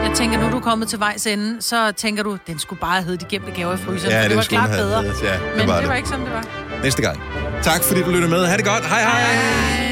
Jeg tænker, nu du er kommet til vejs ende, så tænker du, den skulle bare hedde de gemte gaver i fryseren, Ja, for den det var skulle klart den have bedre. heddet, ja, det Men var det var det. ikke sådan, det var. Næste gang. Tak fordi du lyttede med. Ha' det godt. Hej hej. hej.